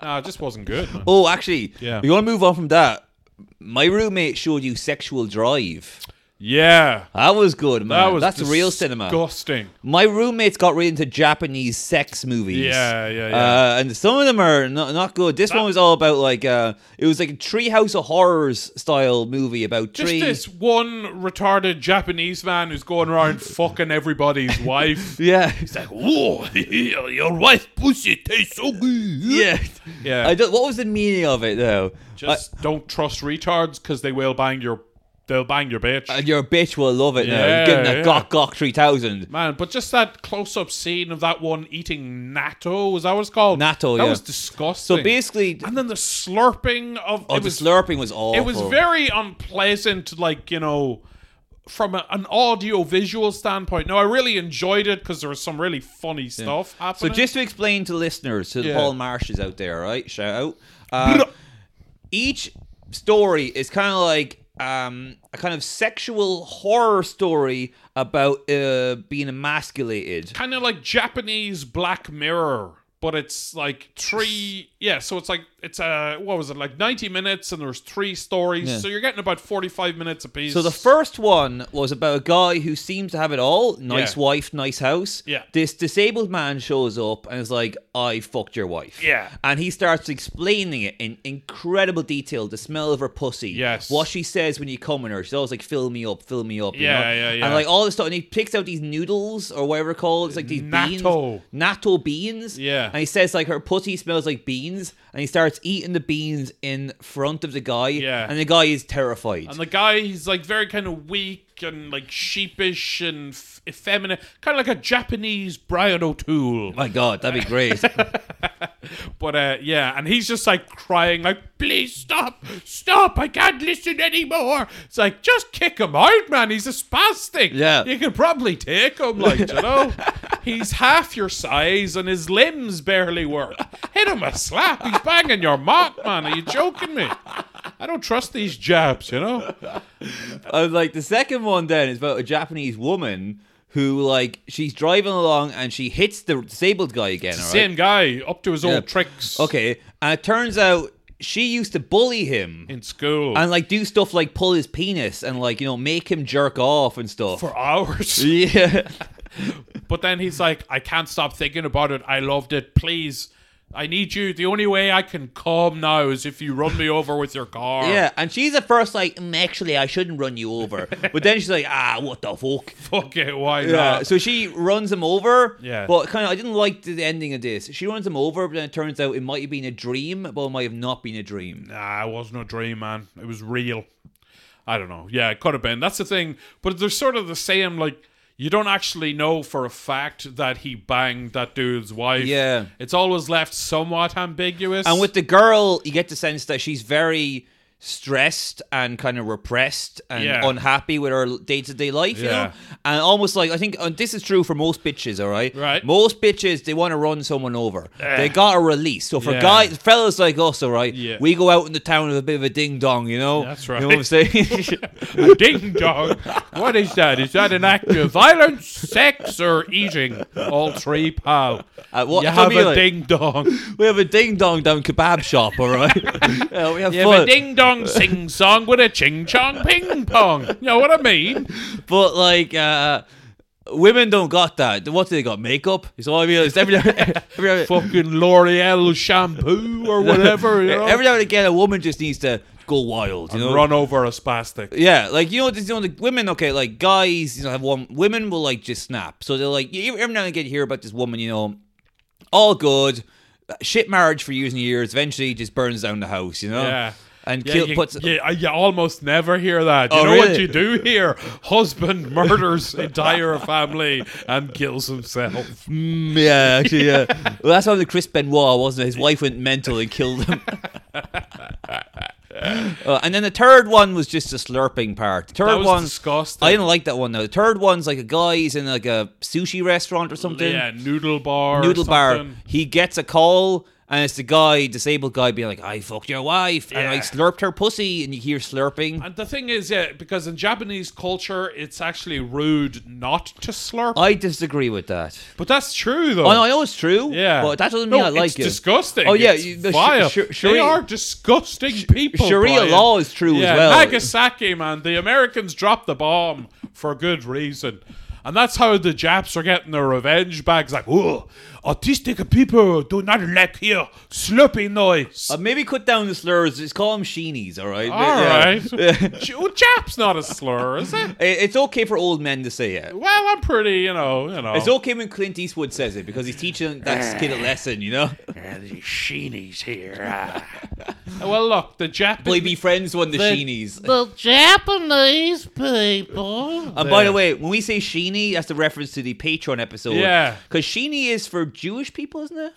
Speaker 1: Nah, it just wasn't good. Man.
Speaker 2: Oh, actually,
Speaker 1: Yeah.
Speaker 2: You want to move on from that? My roommate showed you Sexual Drive.
Speaker 1: Yeah,
Speaker 2: That was good, man.
Speaker 1: that was
Speaker 2: That's real cinema.
Speaker 1: Disgusting.
Speaker 2: My roommates got really into Japanese sex movies.
Speaker 1: Yeah, yeah, yeah.
Speaker 2: Uh, and some of them are not, not good. This one was all about like uh, it was like a Treehouse of Horrors style movie about
Speaker 1: Just
Speaker 2: trees.
Speaker 1: this one retarded Japanese man who's going around fucking everybody's wife.
Speaker 2: Yeah,
Speaker 1: It's like, whoa, your wife pussy tastes so good.
Speaker 2: yeah,
Speaker 1: Yeah.
Speaker 2: I don't, what was the meaning of it though?
Speaker 1: Just don't trust retards because they will bang your they'll bang your bitch.
Speaker 2: Uh, And your bitch will love it now.
Speaker 1: Yeah,
Speaker 2: You're getting a
Speaker 1: yeah.
Speaker 2: gok gok three thousand.
Speaker 1: Man, but just that close up scene of that one eating natto, is that what it's called?
Speaker 2: Natto,
Speaker 1: That
Speaker 2: yeah.
Speaker 1: was disgusting.
Speaker 2: So basically,
Speaker 1: and then the slurping of
Speaker 2: oh,
Speaker 1: it
Speaker 2: the
Speaker 1: was
Speaker 2: slurping was awful.
Speaker 1: it was very unpleasant, like, you know, from a, an audio visual standpoint. Now I really enjoyed it because there was some really funny stuff
Speaker 2: So
Speaker 1: happening.
Speaker 2: just to explain to listeners, to the
Speaker 1: Yeah.
Speaker 2: Paul Marshes out there, right? Shout out. Uh, each story is kind of like um, a kind of sexual horror story about uh, being emasculated.
Speaker 1: kind of like Japanese Black Mirror, but it's like three. Yeah, so it's like it's uh what was it like ninety minutes, and there's three stories, so you're getting about forty five minutes apiece.
Speaker 2: So the first one was about a guy who seems to have it all: nice
Speaker 1: Yeah.
Speaker 2: wife, nice house.
Speaker 1: Yeah.
Speaker 2: This disabled man shows up and is like, "I fucked your wife."
Speaker 1: Yeah.
Speaker 2: And he starts explaining it in incredible detail: the smell of her pussy.
Speaker 1: Yes.
Speaker 2: What she says when you come in her, she's always like, "Fill me up, fill me up." you
Speaker 1: Yeah,
Speaker 2: know?
Speaker 1: yeah, yeah.
Speaker 2: And like all this stuff, and he picks out these noodles or whatever it's called. It's like these
Speaker 1: Natto.
Speaker 2: beans, natto beans.
Speaker 1: Yeah.
Speaker 2: And he says like her pussy smells like beans, and he starts starts eating the beans in front of the guy.
Speaker 1: Yeah.
Speaker 2: And the guy is terrified.
Speaker 1: And the guy, he's like very kind of weak and like sheepish and f- effeminate, kind of like a Japanese Brian O'Toole.
Speaker 2: My God, that'd be great.
Speaker 1: But uh, yeah, and he's just like crying, like, please stop, stop, I can't listen anymore. It's like, just kick him out, man. He's a spastic.
Speaker 2: Yeah.
Speaker 1: You can probably take him, like, you know? He's half your size and his limbs barely work. Hit him a slap. He's banging your mark, man. Are you joking me? I don't trust these jabs, you know?
Speaker 2: I was like, the second one then is about a Japanese woman who, like, she's driving along and she hits the disabled guy again. all right?
Speaker 1: Same guy, up to his
Speaker 2: Yeah.
Speaker 1: old tricks
Speaker 2: Okay. And it turns out she used to bully him.
Speaker 1: in school
Speaker 2: and like do stuff like pull his penis and like you know make him jerk off and stuff.
Speaker 1: for hours.
Speaker 2: yeah,
Speaker 1: But then he's like, I can't stop thinking about it. I loved it. Please, I need you. The only way I can come now is if you run me over with your car.
Speaker 2: yeah. And she's at first like, "Mm, actually, I shouldn't run you over, but then she's like, ah, what the fuck.
Speaker 1: Fuck it. Why
Speaker 2: Yeah,
Speaker 1: not?
Speaker 2: so she runs him over.
Speaker 1: Yeah.
Speaker 2: But kind of, I didn't like the ending of this. She runs him over, but then it turns out it might have been a dream, but it might have not been a dream.
Speaker 1: Nah, it wasn't a dream, man. It was real. I don't know. Yeah, it could have been. That's the thing. But they're sort of the same. Like, you don't actually know for a fact that he banged that dude's wife.
Speaker 2: Yeah.
Speaker 1: It's always left somewhat ambiguous.
Speaker 2: And with the girl, you get the sense that she's very stressed and kind of repressed and
Speaker 1: Yeah.
Speaker 2: unhappy with her day to day life, you
Speaker 1: Yeah.
Speaker 2: know? And almost like, I think and this is true for most bitches, all right?
Speaker 1: Right.
Speaker 2: Most bitches, they want to run someone over. They
Speaker 1: Ugh.
Speaker 2: got a release. So for
Speaker 1: Yeah.
Speaker 2: guys, fellas like us, all right?
Speaker 1: Yeah.
Speaker 2: We go out in the town with a bit of a ding dong, you know?
Speaker 1: That's
Speaker 2: You know
Speaker 1: right.
Speaker 2: what I'm saying?
Speaker 1: Ding dong. What is that? Is that an act of violence, sex, or eating? All three, pal.
Speaker 2: Uh, what-
Speaker 1: you
Speaker 2: what do you
Speaker 1: have
Speaker 2: mean,
Speaker 1: a
Speaker 2: like-
Speaker 1: ding dong.
Speaker 2: We have a ding dong down kebab shop, all right? yeah, we have
Speaker 1: You have
Speaker 2: fun.
Speaker 1: a ding dong sing song with a ching chong ping pong. You know what I mean?
Speaker 2: but like, uh, women don't got that. What do they got? Makeup? It's all I mean. It's every, every, every,
Speaker 1: Fucking L'Oreal shampoo or whatever. You know?
Speaker 2: every now and again, a woman just needs to go wild, you know.
Speaker 1: Run over a spastic.
Speaker 2: Yeah, like you know, this, you know, the women. Okay, like guys, you know, have one. Women will like just snap. So they're like, you- every now and again, you hear about this woman, you know, all good, shit marriage for years and years. Eventually, just burns down the house, you know.
Speaker 1: Yeah.
Speaker 2: And
Speaker 1: Yeah,
Speaker 2: kill,
Speaker 1: you,
Speaker 2: puts
Speaker 1: you, uh, you almost never hear that. You
Speaker 2: Oh,
Speaker 1: know what
Speaker 2: really?
Speaker 1: you do hear? Husband murders entire family and kills himself.
Speaker 2: Mm, yeah, actually, yeah. well, that's how the Chris Benoit wasn't it? His wife went mental and killed him. Uh, and then the third one was just a slurping part. The third
Speaker 1: That was
Speaker 2: one,
Speaker 1: disgusting.
Speaker 2: I didn't like that one though. The third one's like a guy he's in like a sushi restaurant or something,
Speaker 1: Yeah, noodle bar. or
Speaker 2: noodle bar.
Speaker 1: something.
Speaker 2: He gets a call. And it's the guy, disabled guy, being like, "I fucked your wife, and I
Speaker 1: Yeah.
Speaker 2: slurped her pussy," and you hear slurping.
Speaker 1: And the thing is, yeah, because in Japanese culture, it's actually rude not to slurp.
Speaker 2: I disagree with that.
Speaker 1: but that's true, though.
Speaker 2: Oh, no, I know it's true.
Speaker 1: yeah,
Speaker 2: but that doesn't
Speaker 1: No,
Speaker 2: mean I like
Speaker 1: it's
Speaker 2: it.
Speaker 1: disgusting.
Speaker 2: Oh yeah,
Speaker 1: It's
Speaker 2: you- the sh-
Speaker 1: vile.
Speaker 2: sh- Sharia-
Speaker 1: they are disgusting people.
Speaker 2: Sharia
Speaker 1: Brian.
Speaker 2: law is true as
Speaker 1: yeah,
Speaker 2: well.
Speaker 1: Nagasaki, man. The Americans dropped the bomb for good reason. And that's how the Japs are getting their revenge back. It's like, oh, autistic people do not like here. Slurpy noise.
Speaker 2: Uh, maybe cut down the slurs. Just call them sheenies, all right?
Speaker 1: All right.
Speaker 2: Yeah.
Speaker 1: J- Jap's not a slur, is it?
Speaker 2: It- it's okay for old men to say it.
Speaker 1: Well, I'm pretty, you know, you know.
Speaker 2: It's okay when Clint Eastwood says it because he's teaching that kid a lesson, you know?
Speaker 1: Sheenies here.
Speaker 2: uh?
Speaker 1: well, look, the
Speaker 2: Boy
Speaker 1: Japanese.
Speaker 2: befriends one of the sheenies.
Speaker 3: The Japanese people.
Speaker 2: And by the way, when we say sheenie, that's the reference to the Patreon episode.
Speaker 1: Yeah.
Speaker 2: Because sheenie is for Jewish people, isn't it?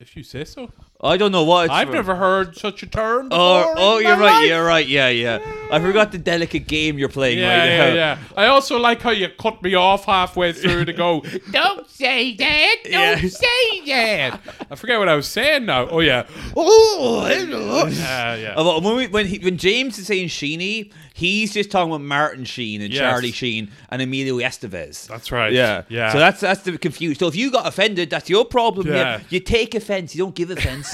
Speaker 1: if you say so.
Speaker 2: I don't know what it's
Speaker 1: I've
Speaker 2: for.
Speaker 1: never heard such a term. Before
Speaker 2: Oh, oh
Speaker 1: in
Speaker 2: you're
Speaker 1: my
Speaker 2: right,
Speaker 1: life.
Speaker 2: you're right, yeah, yeah. I forgot the delicate game you're playing
Speaker 1: Yeah,
Speaker 2: right
Speaker 1: yeah,
Speaker 2: now.
Speaker 1: yeah. I also like how you cut me off halfway through to go.
Speaker 3: Don't say that. Don't
Speaker 2: Yeah.
Speaker 3: say that.
Speaker 1: I forget what I was saying now. Oh yeah,
Speaker 2: Oh, hello.
Speaker 1: yeah, yeah.
Speaker 2: Uh, well, when, we, when, he, when James is saying Sheeny, he's just talking about Martin Sheen and
Speaker 1: Yes.
Speaker 2: Charlie Sheen and Emilio Estevez.
Speaker 1: That's right.
Speaker 2: yeah,
Speaker 1: yeah.
Speaker 2: So that's that's the confused. So if you got offended, that's your problem. Yeah,
Speaker 1: Yeah.
Speaker 2: you take offense. You don't give offense.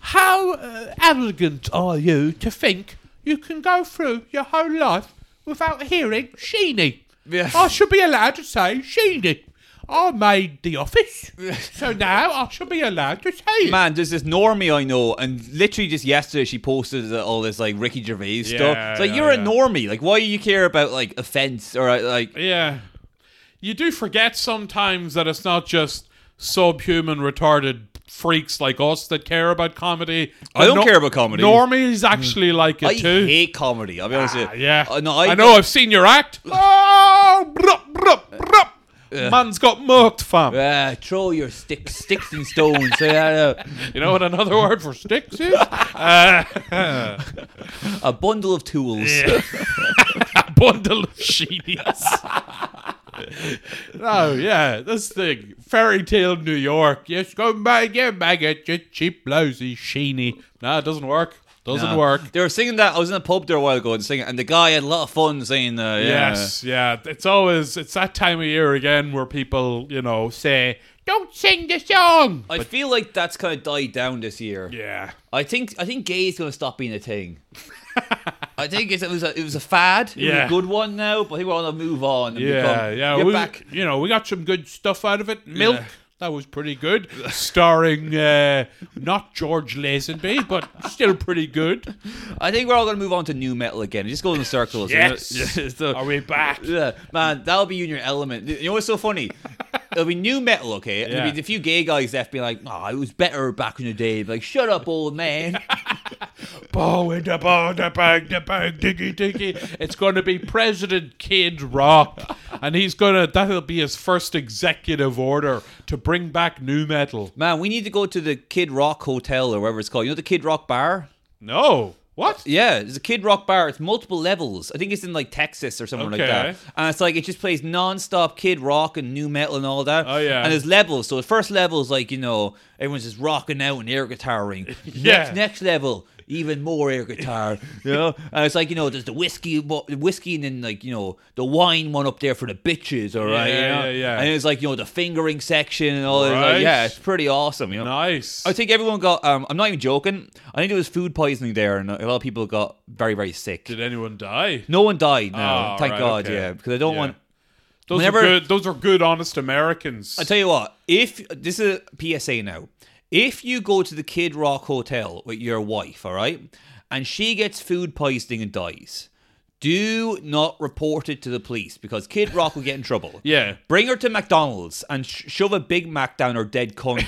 Speaker 1: how uh, arrogant are you to think you can go through your whole life without hearing Sheeny?
Speaker 2: Yeah.
Speaker 1: I should be allowed to say Sheeny. I made the office, so now I should be allowed to say it.
Speaker 2: Man, there's this normie I know, and literally just yesterday she posted all this like Ricky Gervais stuff.
Speaker 1: Yeah,
Speaker 2: It's like
Speaker 1: yeah,
Speaker 2: you're a
Speaker 1: yeah.
Speaker 2: normie. Like why do you care about like offense or uh, like?
Speaker 1: Yeah. You do forget sometimes that it's not just subhuman retarded freaks like us that care about comedy.
Speaker 2: I don't care about comedy. Hmm.
Speaker 1: Normies actually like it
Speaker 2: I
Speaker 1: too.
Speaker 2: hate comedy. I'll be honest with
Speaker 1: Ah,
Speaker 2: you.
Speaker 1: yeah.
Speaker 2: Uh, no, I,
Speaker 1: know. I've seen your act. Oh, brup, brup, brup. Man's got murked, fam.
Speaker 2: Uh, throw your sticks, sticks and stones. uh,
Speaker 1: You know what another word for sticks is?
Speaker 2: a bundle of tools.
Speaker 1: a bundle of sheenies. no, Oh, yeah, this thing. Fairy tale New York. Yes, go back, get back at your cheap, lousy sheeny. No, it doesn't work. Doesn't
Speaker 2: Uh,
Speaker 1: work.
Speaker 2: They were singing that. I was in a pub there a while ago and singing, and the guy had a lot of fun saying, uh, yeah.
Speaker 1: Yes, yeah. It's always it's that time of year again where people, you know, say, "Don't sing the song."
Speaker 2: I feel like that's kind of died down this year.
Speaker 1: Yeah.
Speaker 2: I think I think gay is going to stop being a thing. I think it's, it was a, it was a fad. It was
Speaker 1: Yeah.
Speaker 2: a good one now, but I think we're going to move on. And
Speaker 1: Yeah,
Speaker 2: become,
Speaker 1: yeah.
Speaker 2: Get
Speaker 1: We,
Speaker 2: back.
Speaker 1: You know, we got some good stuff out of it. Milk.
Speaker 2: Yeah.
Speaker 1: That was pretty good, starring uh, not George Lazenby, but still pretty good.
Speaker 2: I think we're all going to move on to new metal again. It just goes in circles. you know?
Speaker 1: Yes.
Speaker 2: So-
Speaker 1: Are we back?
Speaker 2: Yeah, man, that'll be you in your element. You know what's so funny? It'll be new metal, okay? And There'll
Speaker 1: Yeah.
Speaker 2: be a few gay guys left being like, oh, it was better back in the day. Like, shut up, old man.
Speaker 1: Bow in the bow, the bang, the bang, diggy, diggy. It's going to be President Kid Rock, and he's gonna. That'll be his first executive order to bring back new metal.
Speaker 2: man, we need to go to the Kid Rock Hotel or whatever it's called. You know the Kid Rock Bar?
Speaker 1: No, what?
Speaker 2: Yeah, there's a Kid Rock bar. It's multiple levels. I think it's in like Texas or somewhere like that.
Speaker 1: Okay.
Speaker 2: And it's like it just plays non-stop Kid Rock and new metal and all that.
Speaker 1: Oh, yeah.
Speaker 2: And there's levels. So the first level is like you know everyone's just rocking out and air guitaring.
Speaker 1: Yeah.
Speaker 2: Next next level. Even more air guitar, you know. And it's like you know, there's the whiskey, bo- whiskey, and then like you know, the wine one up there for the bitches, all right.
Speaker 1: Yeah,
Speaker 2: you know?
Speaker 1: yeah, yeah.
Speaker 2: And it's like you know, the fingering section and all. that. Like,
Speaker 1: Right.
Speaker 2: yeah, it's pretty awesome, you know.
Speaker 1: Nice.
Speaker 2: I think everyone got. Um, I'm not even joking. I think it was food poisoning there, and a lot of people got very, very sick.
Speaker 1: Did anyone die?
Speaker 2: no one died. No,
Speaker 1: Oh,
Speaker 2: thank
Speaker 1: right,
Speaker 2: God.
Speaker 1: okay.
Speaker 2: Yeah, because I don't
Speaker 1: Yeah.
Speaker 2: want.
Speaker 1: Those
Speaker 2: Whenever-
Speaker 1: are good. Those are good, honest Americans.
Speaker 2: I tell you what. If this is a PSA now, if you go to the Kid Rock Hotel with your wife, all right, and she gets food poisoning and dies, do not report it to the police because Kid Rock will get in trouble.
Speaker 1: yeah.
Speaker 2: Bring her to McDonald's and sh- shove a Big Mac down her dead cunt,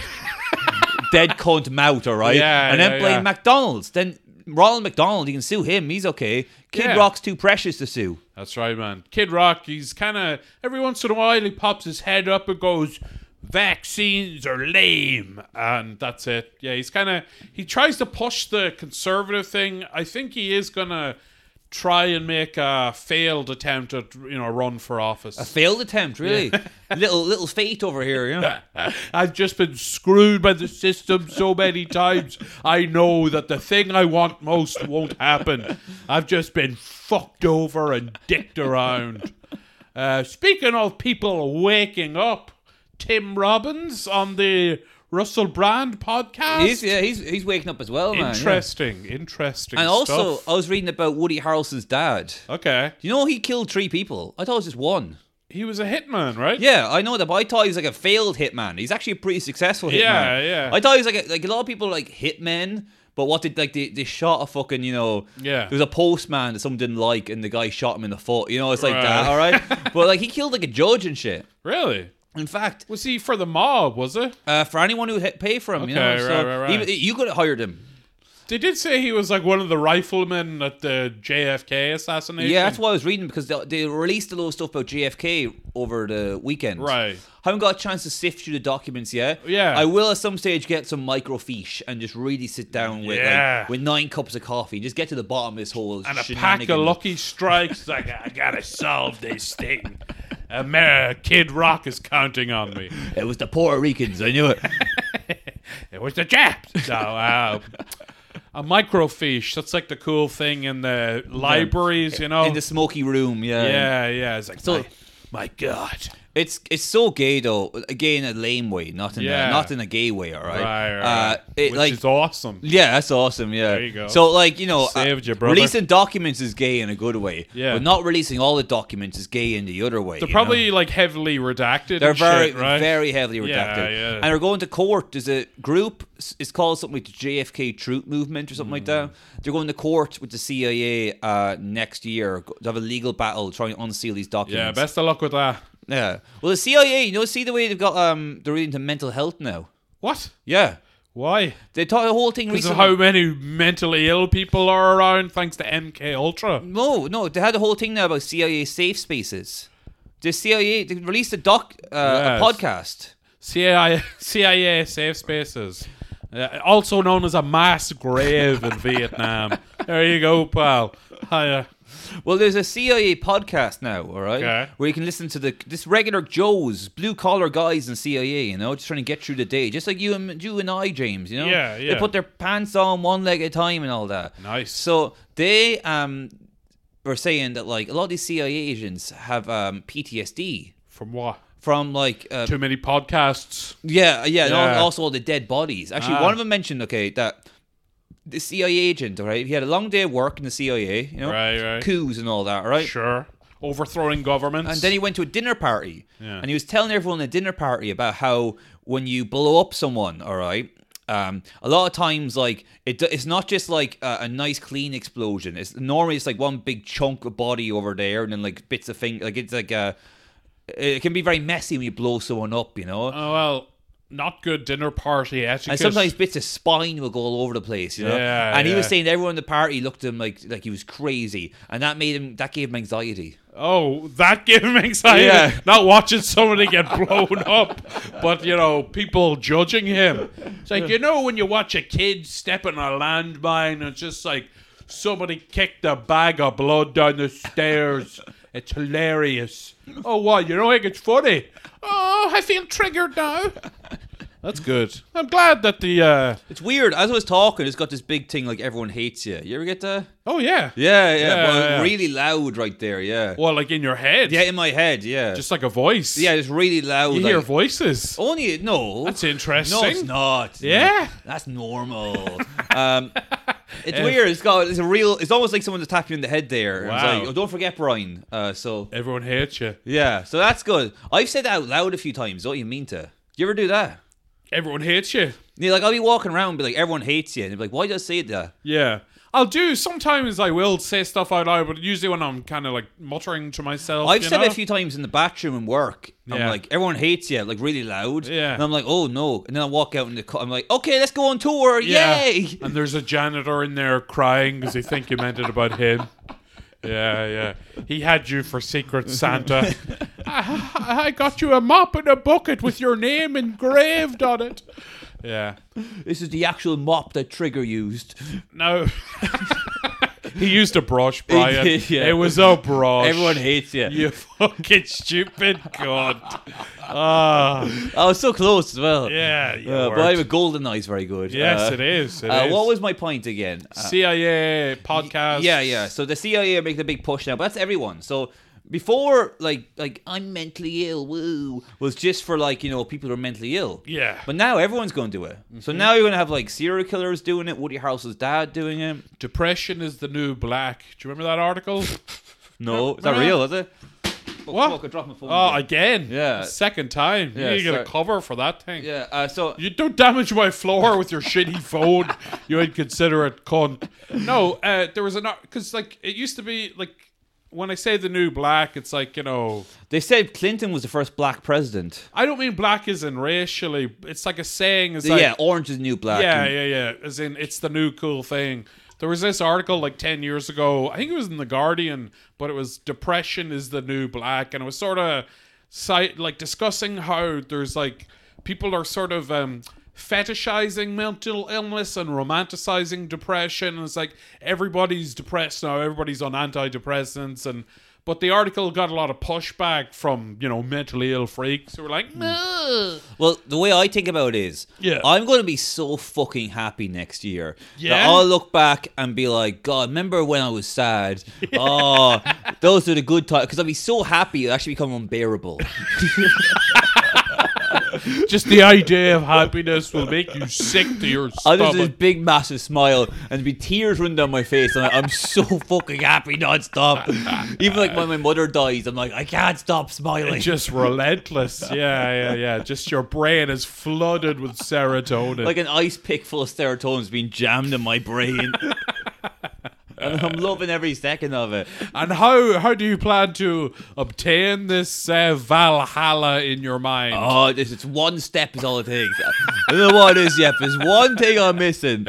Speaker 2: dead cunt mouth. All right,
Speaker 1: Yeah,
Speaker 2: and then
Speaker 1: yeah,
Speaker 2: blame
Speaker 1: yeah.
Speaker 2: McDonald's. Then Ronald McDonald, you can sue him. He's okay. Kid
Speaker 1: Yeah.
Speaker 2: Rock's too precious to sue.
Speaker 1: That's right, man. Kid Rock, he's kind of every once in a while he pops his head up and goes, "Vaccines are lame," and that's it. Yeah, he's kind of he tries to push the conservative thing. I think he is gonna try and make a failed attempt at you know a run for office.
Speaker 2: Failed attempt, really. little little fate over here. You know?
Speaker 1: I've just been screwed by the system so many times. I know that the thing I want most won't happen. I've just been fucked over and dicked around. Uh, speaking of people waking up, Tim Robbins on the Russell Brand podcast.
Speaker 2: he's yeah, he's he's waking up as well, man. yeah.
Speaker 1: interesting, interesting.
Speaker 2: And also,
Speaker 1: stuff.
Speaker 2: I was reading about Woody Harrelson's dad.
Speaker 1: okay,
Speaker 2: You know, he killed three people. I thought it was just one.
Speaker 1: he was a hitman, right?
Speaker 2: Yeah, I know that, but I thought he was like a failed hitman. He's actually a pretty successful hitman.
Speaker 1: Yeah, yeah.
Speaker 2: I thought he was like a, like a lot of people are like hitmen, but what did like they, they shot a fucking you know
Speaker 1: Yeah.
Speaker 2: There was a postman that someone didn't like, and the guy shot him in the foot. You know, it's like
Speaker 1: Right.
Speaker 2: that. All right, but like he killed like a judge and shit.
Speaker 1: really.
Speaker 2: In fact,
Speaker 1: Was he for the mob? Was it?
Speaker 2: uh, for anyone who hit, pay for him, you know,
Speaker 1: Okay,
Speaker 2: so
Speaker 1: right, right, right.
Speaker 2: even- you could have hired him.
Speaker 1: They did say he was like one of the riflemen at the JFK assassination.
Speaker 2: Yeah, that's what I was reading because they, they released a lot of stuff about JFK over the weekend.
Speaker 1: Right.
Speaker 2: Haven't got a chance to sift through the documents yet.
Speaker 1: Yeah.
Speaker 2: I will at some stage get some microfiche and just really sit down with
Speaker 1: Yeah.
Speaker 2: like, with nine cups of coffee, just get to the bottom of this whole
Speaker 1: and a pack
Speaker 2: shenanigans.
Speaker 1: of lucky strikes. like I gotta solve this thing. Amer- Kid Rock is counting on me.
Speaker 2: It was the Puerto Ricans, I knew it.
Speaker 1: It was the Japs. So uh, a microfiche. That's like the cool thing in the libraries, you know.
Speaker 2: In the smoky room, yeah.
Speaker 1: Oh. yeah, yeah. It's like
Speaker 2: So-
Speaker 1: my, my God.
Speaker 2: It's it's so gay though. Again, a lame way, not in a,
Speaker 1: Yeah.
Speaker 2: not in a gay way, all right.
Speaker 1: Right, right.
Speaker 2: Uh, it,
Speaker 1: Which
Speaker 2: like,
Speaker 1: is awesome.
Speaker 2: Yeah, that's awesome. Yeah.
Speaker 1: There you go.
Speaker 2: So, like, you know, uh,
Speaker 1: Saved you, brother.
Speaker 2: releasing documents is gay in a good way.
Speaker 1: Yeah.
Speaker 2: But not releasing all the documents is gay in the other way.
Speaker 1: They're
Speaker 2: you
Speaker 1: probably
Speaker 2: know?
Speaker 1: like heavily redacted.
Speaker 2: They're
Speaker 1: and
Speaker 2: very,
Speaker 1: shit, right?
Speaker 2: very heavily redacted,
Speaker 1: Yeah, yeah.
Speaker 2: and they're going to court. There's a group. s- It's called something like the JFK Truth Movement or something like
Speaker 1: Hmm.
Speaker 2: that. They're going to court with the CIA uh, next year go- to have a legal battle trying to unseal these
Speaker 1: Yeah.
Speaker 2: documents.
Speaker 1: Best of luck with that.
Speaker 2: Yeah. Well, the CIA, you know, see the way they've got um, they're into mental health now.
Speaker 1: What?
Speaker 2: Yeah.
Speaker 1: Why?
Speaker 2: They taught the whole thing
Speaker 1: Because
Speaker 2: recently.
Speaker 1: of how many mentally ill people are around thanks to MK Ultra.
Speaker 2: No, no, they had a whole thing now about CIA safe spaces. The CIA they released a doc, uh,
Speaker 1: Yes.
Speaker 2: a podcast.
Speaker 1: CIA, CIA safe spaces, uh, also known as a mass grave in Vietnam. There you go, pal. Hiya.
Speaker 2: Well, there's a CIA podcast now, all right,
Speaker 1: Okay.
Speaker 2: where you can listen to the this regular Joes, blue collar guys in CIA, you know, just trying to get through the day, just like you and you and I, James, you know.
Speaker 1: Yeah, yeah.
Speaker 2: They put their pants on one leg at a time and all that.
Speaker 1: Nice.
Speaker 2: So they um were saying that like a lot of these CIA agents have um PTSD
Speaker 1: From what?
Speaker 2: from like uh,
Speaker 1: Too many podcasts.
Speaker 2: Yeah, uh, yeah, and
Speaker 1: Yeah.
Speaker 2: al- also all the dead bodies. Actually,
Speaker 1: Ah.
Speaker 2: one of them mentioned okay that the CIA agent, all right, he had a long day of work in the CIA, you know,
Speaker 1: Right, right.
Speaker 2: coups and all that, all right.
Speaker 1: Sure. Overthrowing governments.
Speaker 2: And then he went to a dinner party,
Speaker 1: Yeah.
Speaker 2: and he was telling everyone at the dinner party about how when you blow up someone, all right. Um, a lot of times, like it, do- it's not just like a, a nice clean explosion. It's normally it's like one big chunk of body over there, and then like bits of thing. Like it's like a, it can be very messy when you blow someone up, you know.
Speaker 1: oh, well, not good dinner party etiquette.
Speaker 2: And sometimes bits of spine will go all over the place, you know.
Speaker 1: Yeah,
Speaker 2: and he was
Speaker 1: yeah.
Speaker 2: saying that everyone in the party looked at him like like he was crazy, and that made him that gave him anxiety.
Speaker 1: Oh, that gave him anxiety.
Speaker 2: Yeah.
Speaker 1: Not watching somebody get blown up, but you know, people judging him. It's like you know when you watch a kid step in a landmine, and it's just like somebody kicked a bag of blood down the stairs. It's hilarious. Oh, what? You don't think it's funny? Oh, I feel triggered now. That's good. I'm glad that the. uh
Speaker 2: It's weird. As I was talking, it's got this big thing like everyone hates you. You ever get that?
Speaker 1: Oh yeah.
Speaker 2: Yeah, yeah,
Speaker 1: Yeah,
Speaker 2: but
Speaker 1: yeah.
Speaker 2: really loud right there. Yeah,
Speaker 1: Well, like in your head.
Speaker 2: yeah, in my head. Yeah,
Speaker 1: Just like a voice.
Speaker 2: yeah, it's really loud.
Speaker 1: You
Speaker 2: like-
Speaker 1: hear voices.
Speaker 2: only no.
Speaker 1: That's interesting.
Speaker 2: No, it's not.
Speaker 1: Yeah.
Speaker 2: that's normal. um, it's weird. It's got it's a real. It's almost like someone's tapping you in the head there. And it's
Speaker 1: Wow.
Speaker 2: like, oh, don't forget Brian. Uh, so
Speaker 1: Everyone hates you.
Speaker 2: Yeah, so that's good. I've said that out loud a few times. Don't you mean to? You ever do that?
Speaker 1: Everyone hates you.
Speaker 2: You're like, I'll be walking around, and be like, everyone hates you, and they're like, why did I say that?
Speaker 1: Yeah. I'll do. Sometimes I will say stuff out loud, but usually when I'm kind of like muttering to myself.
Speaker 2: I've
Speaker 1: you
Speaker 2: said
Speaker 1: know?
Speaker 2: it a few times in the bathroom and work. I'm
Speaker 1: Yeah.
Speaker 2: like, everyone hates you, like really loud.
Speaker 1: Yeah.
Speaker 2: And I'm like, oh no. And then I walk out in the car. I'm like, okay, let's go on tour. Yay!
Speaker 1: And there's a janitor in there crying because they think you meant it about him. Yeah, yeah. He had you for Secret Santa. I, I got you a mop and a bucket with your name engraved on it. Yeah.
Speaker 2: This is the actual mop that Trigger used.
Speaker 1: No. he used a brush, Brian.
Speaker 2: did, yeah.
Speaker 1: It was a brush.
Speaker 2: Everyone hates you.
Speaker 1: You fucking stupid god. Ah,
Speaker 2: I was so close as well.
Speaker 1: yeah. you
Speaker 2: Uh, but
Speaker 1: weren't.
Speaker 2: I have a golden eyes very good.
Speaker 1: Yes,
Speaker 2: Uh,
Speaker 1: it is. It
Speaker 2: uh,
Speaker 1: is.
Speaker 2: What was my point again? Uh,
Speaker 1: CIA podcast?
Speaker 2: Yeah, yeah. So the CIA are making a big push now, but that's everyone. So before, like, like I'm mentally ill, woo, was just for like you know people who are mentally ill.
Speaker 1: Yeah. Mm-hmm.
Speaker 2: But now everyone's going to do it. So now you're going to have like serial killers doing it. Woody Harrelson's dad doing it.
Speaker 1: Depression is the new black. Do you remember that article?
Speaker 2: No, it's not real, is it? Oh,
Speaker 1: What?
Speaker 2: fuck, I dropped my phone
Speaker 1: oh,
Speaker 2: again.
Speaker 1: again.
Speaker 2: Yeah.
Speaker 1: Second time.
Speaker 2: Yeah,
Speaker 1: you need to get a
Speaker 2: sorry.
Speaker 1: cover for that thing.
Speaker 2: yeah. Uh, so
Speaker 1: You don't damage my floor with your shitty phone, you inconsiderate cunt. No, uh, there was an because like it used to be like when I say the new black, it's like you know
Speaker 2: they said Clinton was the first black president.
Speaker 1: I don't mean black as in racially. It's like a saying. Is like,
Speaker 2: yeah, orange is the new black.
Speaker 1: Yeah,
Speaker 2: And-
Speaker 1: yeah, yeah. As in, it's the new cool thing. There was this article like 10 years ago. I think it was in The Guardian, but it was Depression is the New Black. And it was sort of si- like discussing how there's like people are sort of um, fetishizing mental illness and romanticizing depression. And it's like everybody's depressed now, everybody's on antidepressants. And but the article got a lot of pushback from, you know, mentally ill freaks who were like, "Nah,
Speaker 3: Ugh.
Speaker 2: Well, the way I think about it is,
Speaker 1: Yeah.
Speaker 2: I'm going to be so fucking happy next year that
Speaker 1: Yeah?
Speaker 2: I'll look back and be like, God, remember when I was sad? Oh, those are the good times. Because I'll be so happy, it'll actually become unbearable.
Speaker 1: Just the idea of happiness will make you sick to your
Speaker 2: I'll just have
Speaker 1: stomach.
Speaker 2: this big, massive smile and be tears running down my face. And I'm so fucking happy non-stop. Even like when my mother dies, I'm like, I can't stop smiling.
Speaker 1: Just relentless. Yeah, yeah, yeah. Just your brain is flooded with serotonin.
Speaker 2: Like an ice pick full of serotonin is being jammed in my brain. I'm, I'm loving every second of it.
Speaker 1: And how how do you plan to obtain this uh, Valhalla in your mind?
Speaker 2: Oh, this it's one step is all it takes. I don't know what it is yet, but there's one thing I'm missing.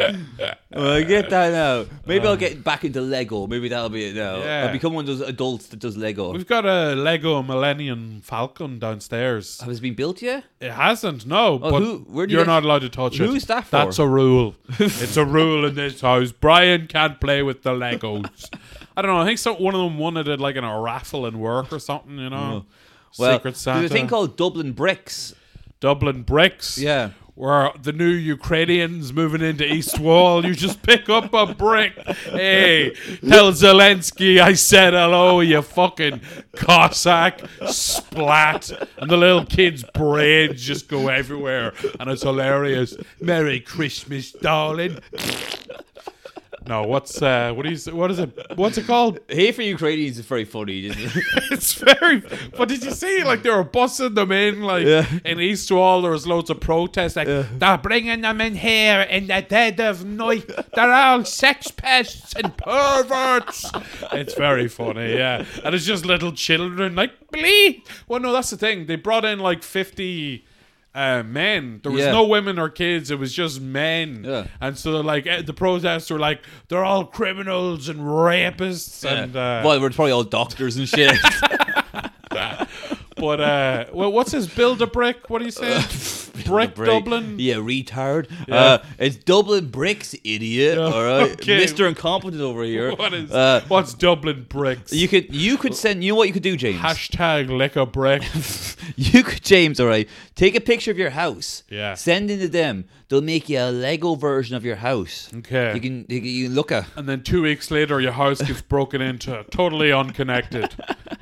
Speaker 2: Well, I get that now. Maybe I'll get back into Lego. Maybe that'll be it now.
Speaker 1: Yeah.
Speaker 2: I'll become one of those adults that does Lego.
Speaker 1: We've got a Lego Millennium Falcon downstairs.
Speaker 2: Has it been built yet?
Speaker 1: It hasn't, no. but
Speaker 2: Oh, who- where do you
Speaker 1: you're
Speaker 2: get-
Speaker 1: not allowed to touch it.
Speaker 2: Who's that for?
Speaker 1: That's a rule. it's a rule in this house. Brian can't play with the Legos. I don't know. I think some, one of them won it at like in a raffle in work or something. You know,
Speaker 2: Mm. Well,
Speaker 1: Secret Santa.
Speaker 2: There's a thing called Dublin Bricks.
Speaker 1: Dublin bricks.
Speaker 2: Yeah.
Speaker 1: Where the new Ukrainians moving into East Wall, you just pick up a brick. Hey, tell Zelensky I said hello, you fucking Cossack. Splat. And the little kid's brains just go everywhere. And it's hilarious. Merry Christmas, darling. No, what's uh, what is what is it? What's it called?
Speaker 2: Here for Ukrainians is very funny. isn't it?
Speaker 1: It's very. But did you see? Like they were bussing them in. Like
Speaker 2: Yeah.
Speaker 1: in East Wall, there was loads of protests. Like they're bringing them in here in the dead of night. They're all sex pests and perverts. it's very funny, yeah. And it's just little children like bleep. Well, no, that's the thing. They brought in like fifty. Uh, men. There was
Speaker 2: Yeah.
Speaker 1: no women or kids. It was just men.
Speaker 2: Yeah.
Speaker 1: And so, like, eh, the protests were like, they're all criminals and rapists. And uh,
Speaker 2: well, we're probably all doctors and shit.
Speaker 1: But uh, well, what's his build a brick? What do you say? brick
Speaker 2: Break.
Speaker 1: Dublin.
Speaker 2: Yeah, retard. Uh, it's Dublin bricks, idiot.
Speaker 1: Yeah,
Speaker 2: All right,
Speaker 1: okay.
Speaker 2: Mister Incompetent over here.
Speaker 1: What is?
Speaker 2: Uh,
Speaker 1: what's Dublin bricks?
Speaker 2: you could you could send you know what you could do, James.
Speaker 1: Hashtag lick a brick.
Speaker 2: you could James, all right. Take a picture of your house.
Speaker 1: Yeah.
Speaker 2: Send it to them. They'll make you a Lego version of your house.
Speaker 1: Okay.
Speaker 2: You can you, can- you can look at.
Speaker 1: and then two weeks later, your house gets broken into, totally unconnected.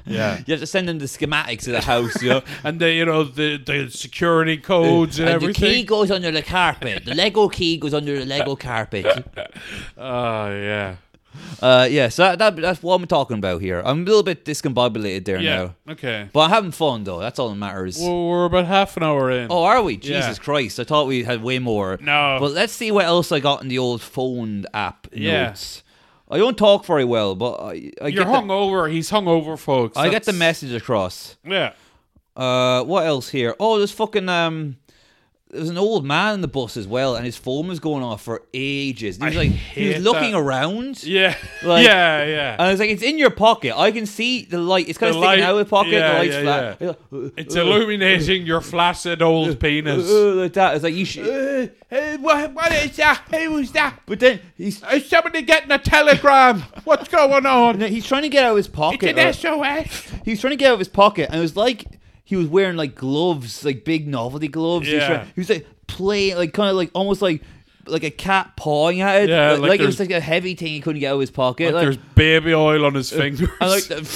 Speaker 1: yeah.
Speaker 2: You have to send them the schematics of the house. You know.
Speaker 1: And the you know the the security codes and,
Speaker 2: Uh, And the key
Speaker 1: everything.
Speaker 2: goes under the carpet. The Lego key goes under the Lego carpet.
Speaker 1: Oh yeah.
Speaker 2: Uh, yeah, so that, that, that's what I'm talking about here. I'm a little bit discombobulated there
Speaker 1: Yeah.
Speaker 2: now.
Speaker 1: Okay.
Speaker 2: But I'm having fun though. That's all that matters.
Speaker 1: Well, we're about half an hour in.
Speaker 2: Oh, are we?
Speaker 1: Yeah.
Speaker 2: Jesus Christ! I thought we had way more.
Speaker 1: No.
Speaker 2: But let's see what else I got in the old phone app
Speaker 1: Yeah.
Speaker 2: notes. I don't talk very well, but I, I
Speaker 1: You're
Speaker 2: get
Speaker 1: hung
Speaker 2: the,
Speaker 1: over. He's hung over, folks.
Speaker 2: I get the
Speaker 1: That's-
Speaker 2: message across.
Speaker 1: Yeah.
Speaker 2: Uh, what else here? Oh, there's fucking um, there's an old man in the bus as well, and his phone was going off for ages. And he was
Speaker 1: I
Speaker 2: like, he was
Speaker 1: hate
Speaker 2: looking
Speaker 1: that.
Speaker 2: around.
Speaker 1: Yeah.
Speaker 2: Like-
Speaker 1: yeah. Yeah.
Speaker 2: And I was like, it's in your pocket. I can see the light. It's kind
Speaker 1: The
Speaker 2: of sticking
Speaker 1: light-
Speaker 2: out of the pocket.
Speaker 1: yeah,
Speaker 2: the light's
Speaker 1: yeah,
Speaker 2: flat.
Speaker 1: yeah.
Speaker 2: Like,
Speaker 1: It's illuminating your flaccid
Speaker 2: uh,
Speaker 1: old penis.
Speaker 2: "Ugh," like that. It's like you
Speaker 1: Uh,
Speaker 2: should.
Speaker 1: Hey, what, what is that? Who's that?
Speaker 2: But then he's
Speaker 1: Is somebody getting a telegram? What's going on?
Speaker 2: he's trying to get out of his pocket. or-
Speaker 1: SOS.
Speaker 2: he was trying to get out of his pocket, and it was like he was wearing like gloves, like big novelty gloves. He, was
Speaker 1: Yeah.
Speaker 2: trying- he was like playing, like kind of like almost like like a cat pawing at it.
Speaker 1: Yeah,
Speaker 2: like,
Speaker 1: like
Speaker 2: like it was
Speaker 1: there's-
Speaker 2: like a heavy thing he couldn't get out of his pocket.
Speaker 1: Like Uh,
Speaker 2: Like,
Speaker 1: there's baby oil on his fingers.
Speaker 2: and like the,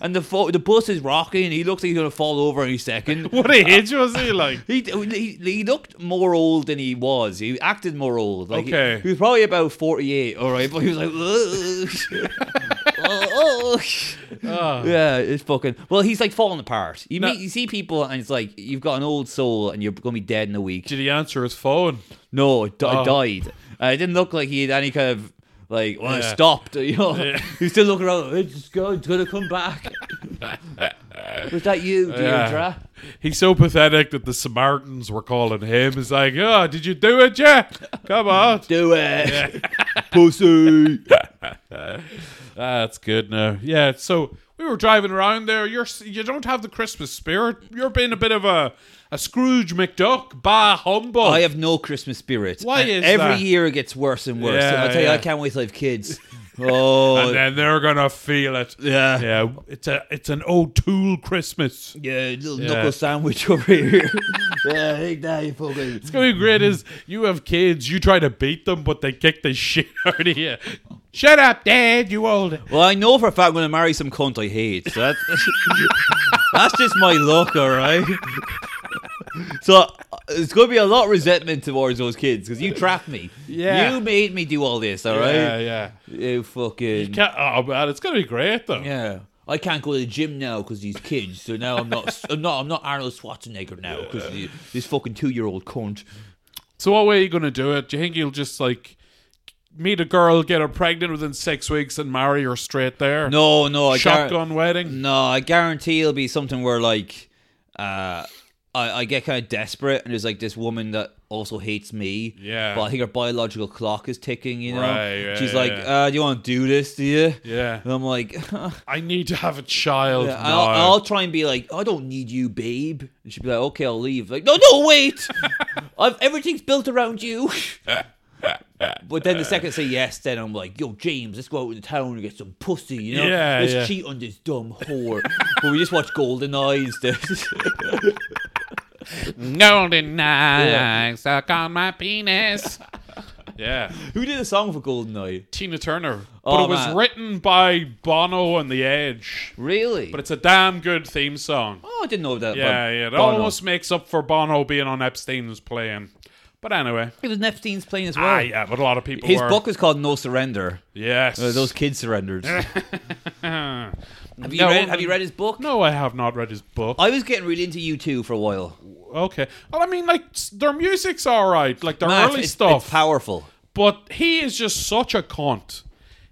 Speaker 2: and the fo- the bus is rocking. He looks like he's gonna fall over any second.
Speaker 1: what age was he like?
Speaker 2: He, he he looked more old than he was. He acted more old. Like he-
Speaker 1: Okay.
Speaker 2: he, was probably about forty eight. All right, but he was like, "Ugh." oh,
Speaker 1: Ah.
Speaker 2: yeah, it's fucking. Well, he's like falling apart. You
Speaker 1: No.
Speaker 2: meet, you see people, and it's like you've got an old soul, and you're gonna be dead in a week.
Speaker 1: Did he answer his phone?
Speaker 2: No, it di-
Speaker 1: Oh.
Speaker 2: died. Uh, it didn't look like he had any kind of like well, it
Speaker 1: Yeah.
Speaker 2: stopped. You know,
Speaker 1: Yeah.
Speaker 2: he's still looking around. It's going, it's gonna come back. Was that you, Deirdre?
Speaker 1: He's so pathetic that the Samaritans were calling him. It's like, oh, did you do it yet? Come on.
Speaker 2: Do it, pussy.
Speaker 1: That's good now. Yeah, so we were driving around there. You're s- you don't have the Christmas spirit. You're being a bit of a a Scrooge McDuck, bah humbug.
Speaker 2: I have no Christmas spirit.
Speaker 1: Oh. Why
Speaker 2: And
Speaker 1: is
Speaker 2: every
Speaker 1: that?
Speaker 2: year it gets worse and worse.
Speaker 1: Yeah,
Speaker 2: I tell you,
Speaker 1: yeah.
Speaker 2: I can't wait till I have kids. Oh,
Speaker 1: and then they're gonna feel it.
Speaker 2: yeah. yeah.
Speaker 1: Yeah, it's a it's an old tool Christmas.
Speaker 2: little
Speaker 1: Yeah.
Speaker 2: knuckle sandwich over here. yeah, take that, you fucking.
Speaker 1: It's gonna be great is you have kids, you try to beat them, but they kick the shit out of you. Shut up, Dad, you old
Speaker 2: Well, I know for a fact I'm going to marry some cunt I hate. So that's, that's just my luck, all right? So uh, it's going to be a lot of resentment towards those kids because you trapped me.
Speaker 1: Yeah.
Speaker 2: You made me do all this, all
Speaker 1: Yeah,
Speaker 2: right?
Speaker 1: yeah.
Speaker 2: You fucking.
Speaker 1: Ca- Oh man, it's gonna be great though.
Speaker 2: Yeah. I can't go to the gym now because these kids. So now I'm not. I'm not. I'm not Arnold Schwarzenegger now because this fucking two-year-old cunt.
Speaker 1: So what way are you gonna do it? Do you think you'll just like meet a girl, get her pregnant within six weeks, and marry her straight there.
Speaker 2: No, no, I guar-
Speaker 1: shotgun wedding.
Speaker 2: No, I guarantee it'll be something where like uh I, I get kind of desperate and there's like this woman that also hates me.
Speaker 1: Yeah.
Speaker 2: But I think her biological clock is ticking, you know.
Speaker 1: Right, yeah,
Speaker 2: She's like,
Speaker 1: yeah.
Speaker 2: uh, do you wanna do this, do you?
Speaker 1: Yeah.
Speaker 2: And I'm like,
Speaker 1: I need to have a child.
Speaker 2: Yeah,
Speaker 1: now.
Speaker 2: Uh, I'll, I'll try and be like, I don't need you, babe. And she'd be like, okay, I'll leave. Like, no, no, wait. I've, everything's built around you. but then the second I say yes, then I'm like, yo, James, let's go out in town and get some pussy, you know?
Speaker 1: Yeah,
Speaker 2: let's
Speaker 1: yeah.
Speaker 2: cheat on this dumb whore. but we just watch Golden Eyes.
Speaker 3: Golden eyes suck on my penis.
Speaker 1: yeah.
Speaker 2: Who did a song for Golden Eye?
Speaker 1: Tina Turner. But
Speaker 2: Oh,
Speaker 1: it was
Speaker 2: man.
Speaker 1: written by Bono and The Edge.
Speaker 2: Really?
Speaker 1: But it's a damn good theme song.
Speaker 2: oh, I didn't know that.
Speaker 1: Yeah,
Speaker 2: but
Speaker 1: yeah. It
Speaker 2: Bono.
Speaker 1: almost makes up for Bono being on Epstein's plane. But anyway.
Speaker 2: It was Neptune's playing as well.
Speaker 1: Ah, yeah, but a lot of people
Speaker 2: His
Speaker 1: were.
Speaker 2: book was called No Surrender.
Speaker 1: yes.
Speaker 2: Uh, those kids surrendered. have you
Speaker 1: No.
Speaker 2: read? Have you read his book?
Speaker 1: no, I have not read his book.
Speaker 2: I was getting really into you 2 for a while.
Speaker 1: okay. Well, I mean, like, s- their music's all right. Like, their
Speaker 2: Man,
Speaker 1: early
Speaker 2: it's,
Speaker 1: stuff.
Speaker 2: It's powerful.
Speaker 1: but he is just such a cunt.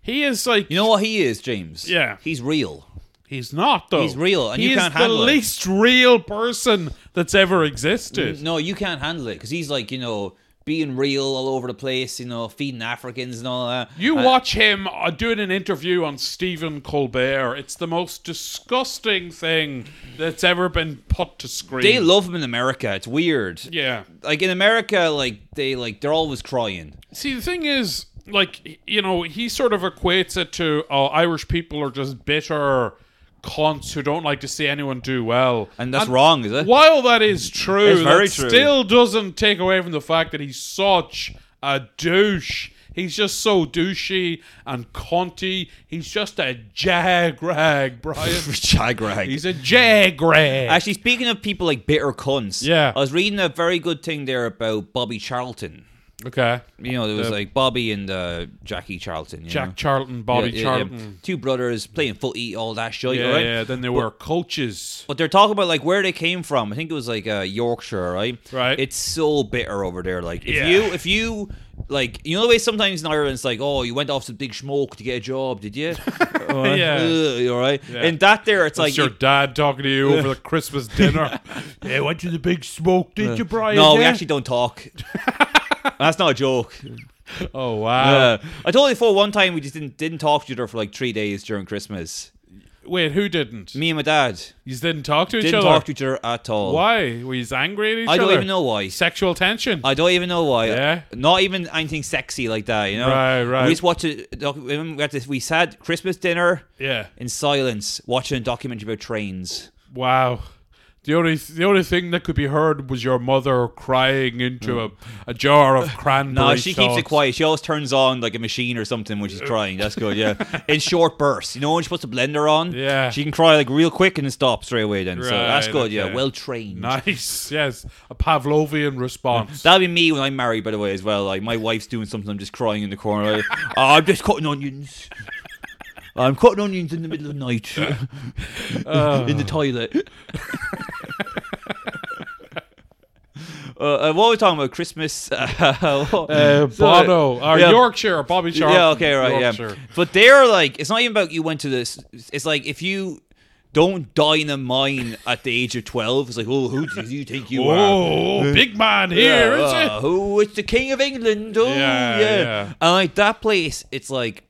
Speaker 1: He is like.
Speaker 2: You know what he is, James?
Speaker 1: Yeah.
Speaker 2: He's real.
Speaker 1: He's not though.
Speaker 2: He's real, and
Speaker 1: he
Speaker 2: you
Speaker 1: is
Speaker 2: can't
Speaker 1: the
Speaker 2: handle it.
Speaker 1: least real person that's ever existed.
Speaker 2: No, you can't handle it because he's like, you know, being real all over the place, you know, feeding Africans and all that.
Speaker 1: You
Speaker 2: Uh,
Speaker 1: watch him uh, doing an interview on Stephen Colbert. It's the most disgusting thing that's ever been put to screen.
Speaker 2: They love him in America. It's weird.
Speaker 1: yeah.
Speaker 2: Like in America, like they like they're always crying.
Speaker 1: See, the thing is, like, you know, he sort of equates it to oh, Irish people are just bitter cons who don't like to see anyone do well.
Speaker 2: And that's wrong, is it?
Speaker 1: While that is true,
Speaker 2: It's very
Speaker 1: that
Speaker 2: true.
Speaker 1: still doesn't take away from the fact that he's such a douche. He's just so douchey and conty. He's just a jag rag, Brian.
Speaker 2: Chagrag.
Speaker 1: he's a jag rag.
Speaker 2: Actually, speaking of people like bitter cunts,
Speaker 1: Yeah.
Speaker 2: I was reading a very good thing there about Bobby Charlton.
Speaker 1: okay.
Speaker 2: You know, there was like Bobby and uh, Jackie Charlton. You know?
Speaker 1: Jack Charlton, Bobby
Speaker 2: Yeah, yeah, yeah. mm.
Speaker 1: Charlton.
Speaker 2: Two brothers playing footy, all that shit,
Speaker 1: Yeah, yeah,
Speaker 2: right?
Speaker 1: Then there were coaches.
Speaker 2: But they're talking about like where they came from. I think it was like uh, Yorkshire, right?
Speaker 1: Right.
Speaker 2: It's so bitter over there. Like if
Speaker 1: Yeah.
Speaker 2: you if you like you know the way sometimes in Ireland it's like oh you went off to big smoke to get a job, did you? Alright.
Speaker 1: Yeah.
Speaker 2: Ugh, alright. And that there it's
Speaker 1: It's
Speaker 2: like
Speaker 1: your
Speaker 2: you-
Speaker 1: dad talking to you over the Christmas dinner. yeah, went to the big smoke, did you, Brian?
Speaker 2: no, we
Speaker 1: Yeah.
Speaker 2: actually don't talk. That's not a joke.
Speaker 1: Oh wow!
Speaker 2: Uh, I told you before one time we just didn't didn't talk to each other for like three days during Christmas.
Speaker 1: Wait, who didn't?
Speaker 2: Me and my dad
Speaker 1: You didn't talk to each
Speaker 2: didn't
Speaker 1: other.
Speaker 2: talk to each other at all.
Speaker 1: Why? Were you angry at each
Speaker 2: I
Speaker 1: other?
Speaker 2: don't even know why.
Speaker 1: Sexual tension.
Speaker 2: I don't even know why.
Speaker 1: Yeah?
Speaker 2: Not even anything sexy like that, you know?
Speaker 1: Right, right.
Speaker 2: We just watched a doc- we had this we had Christmas dinner
Speaker 1: yeah.
Speaker 2: in silence watching a documentary about trains.
Speaker 1: Wow. The only the only thing that could be heard was your mother crying into a, a jar of
Speaker 2: No,
Speaker 1: cranberry.
Speaker 2: Mm. she
Speaker 1: sauce.
Speaker 2: keeps it quiet. She always turns on like a machine or something when she's
Speaker 1: Uh.
Speaker 2: crying. That's good, yeah. in short bursts. You know when she puts a blender on?
Speaker 1: Yeah.
Speaker 2: She can cry like real quick and then stop straight away then. so that's
Speaker 1: Right,
Speaker 2: good, yeah.
Speaker 1: okay.
Speaker 2: Well trained.
Speaker 1: Nice. Yes, a Pavlovian response.
Speaker 2: That'll be me when I'm married, by the way, as well. Like my wife's doing something, I'm just crying in the corner. Like, "Oh, I'm just cutting onions. I'm cutting onions in the middle of the night in
Speaker 1: Ah.
Speaker 2: the toilet. uh, uh, what were we talking about? Christmas. Uh, what-
Speaker 1: uh,
Speaker 2: so-
Speaker 1: Bono or
Speaker 2: yeah,
Speaker 1: Yorkshire, Bobby Charlton.
Speaker 2: Yeah. Okay. Right.
Speaker 1: Yorkshire.
Speaker 2: Yeah. But they're like, it's not even about you went to this. It's like if you. Don't die in a mine at the age of twelve. It's like, oh, who do you think you are?
Speaker 1: Oh, big man here,
Speaker 2: Yeah,
Speaker 1: is
Speaker 2: uh, Who is the King of England? Oh,
Speaker 1: Yeah,
Speaker 2: yeah.
Speaker 1: yeah.
Speaker 2: And like that place, it's like,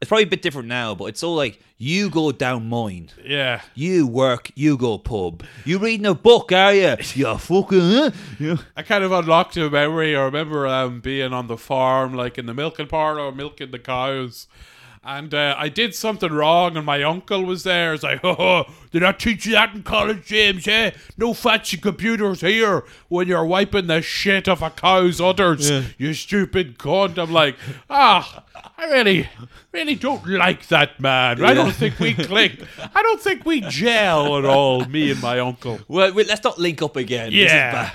Speaker 2: it's probably a bit different now, but it's all like, you go down mine,
Speaker 1: it? Yeah.
Speaker 2: you work, you go pub. You reading a book, are you? You're fucking. Huh? Yeah.
Speaker 1: I kind of unlocked a memory. I remember um, being on the farm, like in the milking parlor, milking the cows. And uh, I did something wrong, and my uncle was there. He's like, oh, did I teach you that in college, James? Eh? No fancy computers here when you're wiping the shit off a cow's udders, you stupid cunt. I'm like, ah, I really, really don't like that man. I don't think we click. I don't think we gel at all, me and my uncle.
Speaker 2: Well, wait, let's not link up again. This is
Speaker 1: Yeah,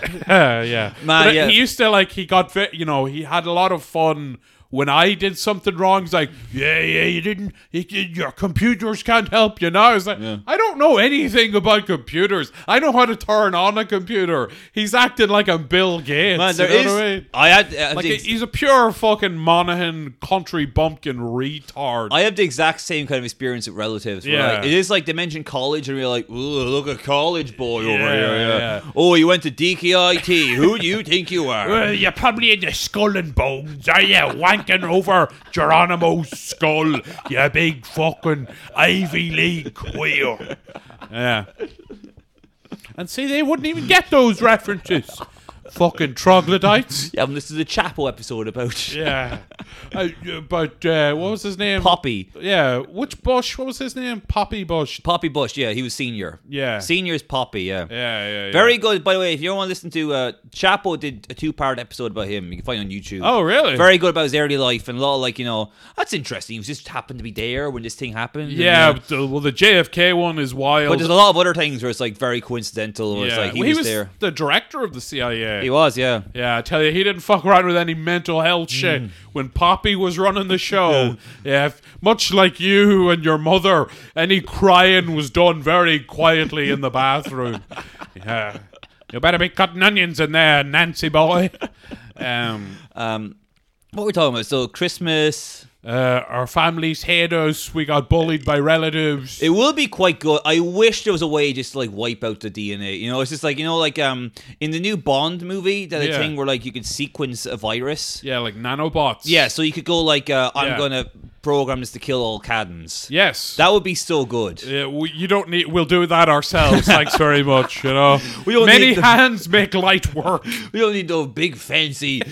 Speaker 2: bad.
Speaker 1: yeah.
Speaker 2: Man,
Speaker 1: But
Speaker 2: yeah.
Speaker 1: He used to like he got ve- you know he had a lot of fun when I did something wrong, it's like, yeah, yeah, you didn't, you, you- your computers can't help you now. It's like, I don't know anything about computers. I know how to turn on a computer. He's acting like I'm Bill Gates.
Speaker 2: Man, there
Speaker 1: you know
Speaker 2: is.
Speaker 1: what I mean?
Speaker 2: I had. I had
Speaker 1: Like,
Speaker 2: the, ex-
Speaker 1: he's a pure fucking Monaghan country bumpkin retard.
Speaker 2: I have the exact same kind of experience with relatives. where,
Speaker 1: Yeah.
Speaker 2: like, it is like they mention college, and you're like, "Ooh, look at college boy over
Speaker 1: Yeah,
Speaker 2: here." Yeah.
Speaker 1: yeah.
Speaker 2: Oh, you went to DKIT. Who do you think you are?
Speaker 1: Well, you're probably in the skull and bones, are you? Wanking over Geronimo's skull, you big fucking Ivy League queer. Yeah. And see, they wouldn't even get those references. fucking troglodytes.
Speaker 2: Yeah, this is a Chapel episode about
Speaker 1: Yeah. Uh, but uh, what was his name?
Speaker 2: Poppy.
Speaker 1: Yeah. Which Bush? What was his name? Poppy Bush.
Speaker 2: Poppy Bush. Yeah, he was senior.
Speaker 1: Yeah.
Speaker 2: senior is Poppy. Yeah.
Speaker 1: Yeah, yeah, yeah.
Speaker 2: Very good. By the way, if you want to listen to uh, Chapo, did a two-part episode about him. You can find it on YouTube.
Speaker 1: Oh, really?
Speaker 2: Very good about his early life and a lot of like you know that's interesting. He was just happened to be there when this thing happened. and,
Speaker 1: Yeah.
Speaker 2: you know.
Speaker 1: but the- well, the JFK one is wild.
Speaker 2: But there's a lot of other things where it's like very coincidental. Where
Speaker 1: yeah.
Speaker 2: it's like he,
Speaker 1: Well,
Speaker 2: was, there.
Speaker 1: the director of the CIA.
Speaker 2: He was, yeah.
Speaker 1: Yeah, I tell you, he didn't fuck around with any mental health shit when Poppy was running the show. yeah, if- much like you and your mother, any crying was done very quietly in the bathroom. yeah, you better be cutting onions in there, Nancy boy. Um,
Speaker 2: Um, what were we talking about? So Christmas.
Speaker 1: uh, our families hate us. We got bullied by relatives.
Speaker 2: It will be quite good. I wish there was a way just to like wipe out the DNA. You know, it's just like you know, like um in the new Bond movie, that
Speaker 1: Yeah.
Speaker 2: a thing where like you could sequence a virus.
Speaker 1: yeah, like nanobots.
Speaker 2: Yeah, so you could go like, uh, I'm
Speaker 1: Yeah.
Speaker 2: gonna program this to kill all Cadens.
Speaker 1: Yes.
Speaker 2: That would be so good.
Speaker 1: Yeah, we, you don't need. We'll do that ourselves. Thanks very much. You know,
Speaker 2: We don't
Speaker 1: many
Speaker 2: need the-
Speaker 1: hands make light work.
Speaker 2: We don't need no big fancy.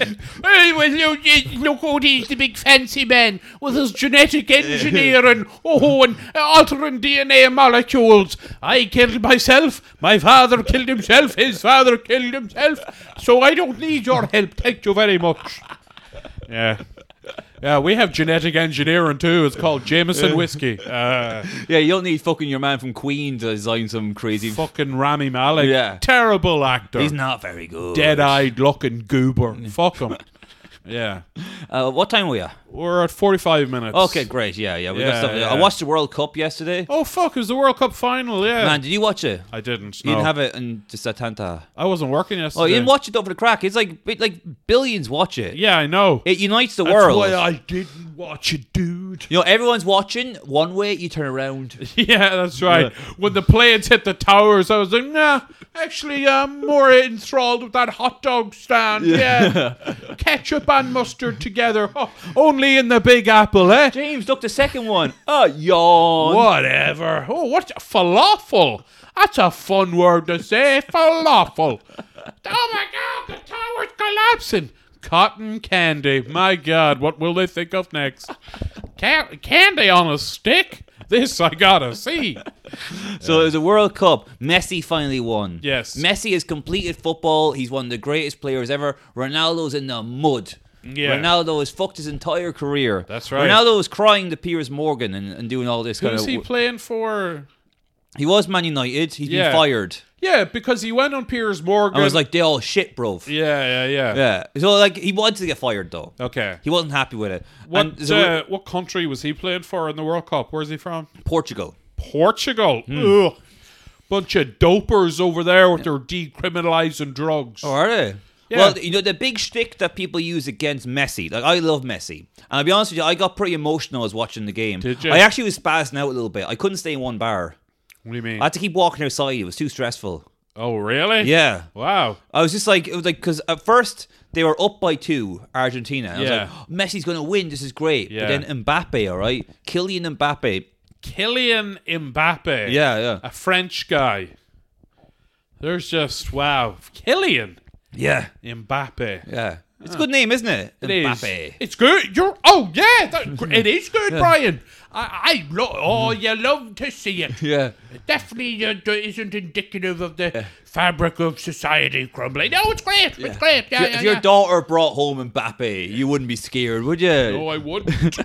Speaker 1: Hey, well, you- you- look who it is, the big fancy man with his genetic engineering, oh, and altering DNA molecules. I killed myself, my father killed himself, his father killed himself, so I don't need your help. Thank you very much. Yeah. Yeah, we have genetic engineering too. It's called Jameson whiskey. Uh,
Speaker 2: yeah, you don't need fucking your man from Queen to design some crazy.
Speaker 1: fucking Rami Malek.
Speaker 2: Yeah.
Speaker 1: Terrible actor.
Speaker 2: He's not very good.
Speaker 1: Dead-eyed looking goober. Fuck him. Yeah.
Speaker 2: Uh, what time were you?
Speaker 1: We're at 45 minutes.
Speaker 2: Okay, great. Yeah, yeah. We got
Speaker 1: Yeah,
Speaker 2: stuff.
Speaker 1: yeah.
Speaker 2: I watched the World Cup yesterday.
Speaker 1: Oh fuck! It was the World Cup final. Yeah,
Speaker 2: Man, did you watch it?
Speaker 1: I didn't.
Speaker 2: You
Speaker 1: no.
Speaker 2: didn't have it in just Satanta.
Speaker 1: I wasn't working yesterday.
Speaker 2: Oh, you didn't watch it over the crack. It's like it, like billions watch it.
Speaker 1: Yeah, I know.
Speaker 2: It unites the
Speaker 1: That's
Speaker 2: world.
Speaker 1: why I didn't watch it, dude.
Speaker 2: you know, everyone's watching. One way, you turn around.
Speaker 1: yeah, that's right. When the planes hit the towers, I was like, nah. Actually, I'm more enthralled with that hot dog stand. Yeah, ketchup and mustard together. Oh, only in the Big Apple, eh?
Speaker 2: James, look, the second one. Oh, yawn.
Speaker 1: Whatever. Oh, what's falafel? That's a fun word to say. Falafel. oh my God, the tower's collapsing. Cotton candy. My God, what will they think of next? Ca- candy on a stick. This I gotta see.
Speaker 2: So it was a World Cup. Messi finally won.
Speaker 1: Yes.
Speaker 2: Messi has completed football. He's one of the greatest players ever. Ronaldo's in the mud.
Speaker 1: Yeah.
Speaker 2: Ronaldo has fucked his entire career.
Speaker 1: That's right.
Speaker 2: Ronaldo was crying to Piers Morgan and, and doing all this kind
Speaker 1: Who's
Speaker 2: of.
Speaker 1: he playing for?
Speaker 2: he was Man United. He's
Speaker 1: Yeah.
Speaker 2: been fired.
Speaker 1: Yeah, because he went on Piers Morgan.
Speaker 2: I was like, they all shit, bro.
Speaker 1: yeah, yeah, yeah.
Speaker 2: Yeah. So like, he wanted to get fired though.
Speaker 1: Okay.
Speaker 2: He wasn't happy with it.
Speaker 1: What
Speaker 2: And so
Speaker 1: uh, what country was he playing for in the World Cup? Where's he from?
Speaker 2: Portugal.
Speaker 1: Portugal. Ugh. Hmm. Bunch of dopers over there with their decriminalizing drugs.
Speaker 2: Oh, are they?
Speaker 1: Yeah.
Speaker 2: Well, you know the big shtick that people use against Messi. Like I love Messi, and I'll be honest with you, I got pretty emotional as watching the game.
Speaker 1: Did you?
Speaker 2: I actually was spazzing out a little bit. I couldn't stay in one bar.
Speaker 1: What do you mean?
Speaker 2: I had to keep walking outside. It was too stressful.
Speaker 1: oh, really?
Speaker 2: Yeah,
Speaker 1: Wow.
Speaker 2: I was just like, it was like because at first they were up by two, Argentina. And I
Speaker 1: Yeah.
Speaker 2: was like, "Oh, Messi's gonna win. This is great.
Speaker 1: Yeah.
Speaker 2: But then Mbappe, all right, Kylian Mbappe.
Speaker 1: Kylian Mbappe.
Speaker 2: Yeah, yeah,
Speaker 1: A French guy. There's just, wow. Kylian
Speaker 2: yeah,
Speaker 1: Mbappe.
Speaker 2: yeah. It's a good name, isn't it?
Speaker 1: It is.
Speaker 2: Mbappe.
Speaker 1: It's good. You're, oh, yeah. that- it is good, Brian. I, I lo- oh, you love to see it.
Speaker 2: Hmm. Yeah.
Speaker 1: It definitely uh, isn't indicative of the fabric of society crumbling. No, it's great. It's great. Yeah,
Speaker 2: If-
Speaker 1: yeah,
Speaker 2: if your
Speaker 1: yeah.
Speaker 2: daughter brought home Mbappe, you wouldn't be scared, would you?
Speaker 1: No, Oh, I wouldn't.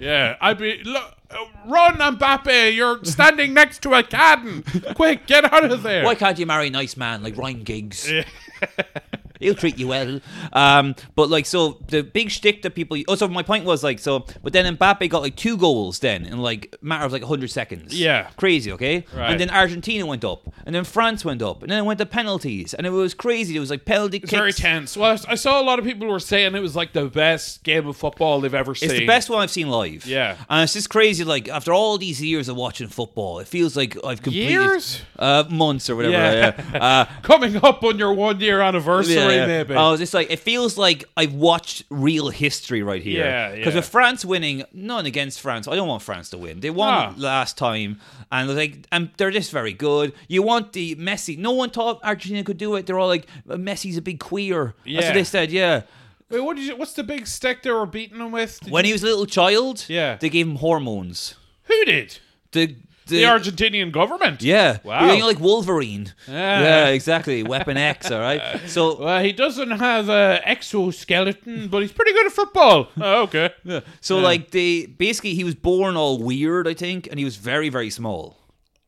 Speaker 1: yeah, I'd be. Look, uh, run, Mbappe! You're standing next to a cannon. Quick, get out of there!
Speaker 2: Why can't you marry a nice man like Ryan Giggs? He'll treat you well. Um, but like, so the big shtick that people. Oh, so my point was like, so. But then Mbappe got like two goals then in like a matter of like hundred seconds.
Speaker 1: Yeah.
Speaker 2: crazy. Okay.
Speaker 1: Right.
Speaker 2: And then Argentina went up, and then France went up, and then it went to penalties, and it was crazy. It was like penalty
Speaker 1: It's
Speaker 2: kicks.
Speaker 1: very tense. Well, I s- I saw a lot of people were saying it was like the best game of football they've ever seen.
Speaker 2: It's the best one I've seen live.
Speaker 1: Yeah.
Speaker 2: and it's just crazy. Like after all these years of watching football, it feels like I've completed
Speaker 1: Years?
Speaker 2: uh, months or whatever.
Speaker 1: Yeah.
Speaker 2: yeah. Uh,
Speaker 1: Coming up on your one year anniversary, maybe.
Speaker 2: I was just like, it feels like I've watched real history right here.
Speaker 1: Yeah,
Speaker 2: Because
Speaker 1: yeah.
Speaker 2: with France winning, none against France. I don't want France to win. They won
Speaker 1: No.
Speaker 2: last time, and like, and they're just very good. You want the Messi? No one thought Argentina could do it. They're all like, "Uh, Messi's a big queer. That's
Speaker 1: Yeah.
Speaker 2: what they said. Yeah.
Speaker 1: Wait, what did you, what's the big stick they were beating him with? Did
Speaker 2: When
Speaker 1: you-
Speaker 2: he was a little child,
Speaker 1: Yeah.
Speaker 2: they gave him hormones.
Speaker 1: who did?
Speaker 2: The the,
Speaker 1: The Argentinian government.
Speaker 2: yeah,
Speaker 1: Wow.
Speaker 2: You're like Wolverine.
Speaker 1: Yeah.
Speaker 2: yeah, exactly. Weapon X. All right. So
Speaker 1: Well, he doesn't have an exoskeleton, but he's pretty good at football. Oh, okay.
Speaker 2: So like they basically he was born all weird, I think, and he was very very small.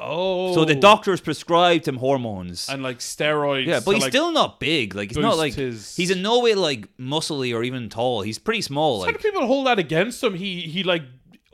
Speaker 1: Oh.
Speaker 2: So the doctors prescribed him hormones.
Speaker 1: And like steroids.
Speaker 2: yeah, but
Speaker 1: to,
Speaker 2: he's
Speaker 1: like-
Speaker 2: still not big. Like he's not
Speaker 1: boost
Speaker 2: like
Speaker 1: his-
Speaker 2: he's in no way like muscly or even tall. He's pretty small.
Speaker 1: How do
Speaker 2: Like
Speaker 1: people hold that against him? He he like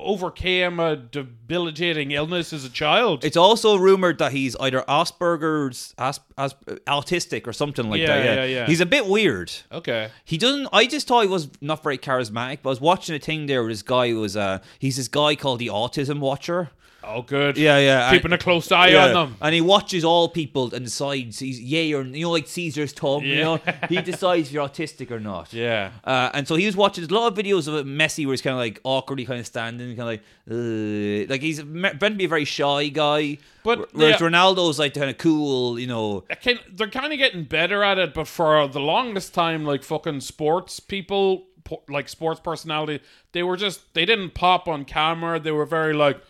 Speaker 1: overcame a debilitating illness as a child.
Speaker 2: it's also rumored that he's either Asperger's, as, as, autistic, or something like
Speaker 1: Yeah,
Speaker 2: that. Yeah.
Speaker 1: yeah, yeah.
Speaker 2: He's a bit weird.
Speaker 1: okay.
Speaker 2: He doesn't. I just thought he was not very charismatic. But I was watching a thing there. Where this guy was. Uh, he's this guy called the Autism Watcher.
Speaker 1: Oh, good.
Speaker 2: Yeah, yeah. and-
Speaker 1: Keeping a close eye on them.
Speaker 2: And he watches all people and decides he's yay or you know like Caesar's tongue. You
Speaker 1: Yeah.
Speaker 2: know he decides if you're autistic or not.
Speaker 1: Yeah.
Speaker 2: Uh, and so he was watching a lot of videos of Messi where he's kind of like awkwardly kind of standing, kind of like, uh, like he's meant to be a very shy guy.
Speaker 1: But,
Speaker 2: wh- whereas
Speaker 1: yeah.
Speaker 2: Ronaldo's like kind of cool, you know.
Speaker 1: I can, they're kind of getting better at it, but for the longest time, like fucking sports people, po- like sports personality, they were just they didn't pop on camera. They were very like,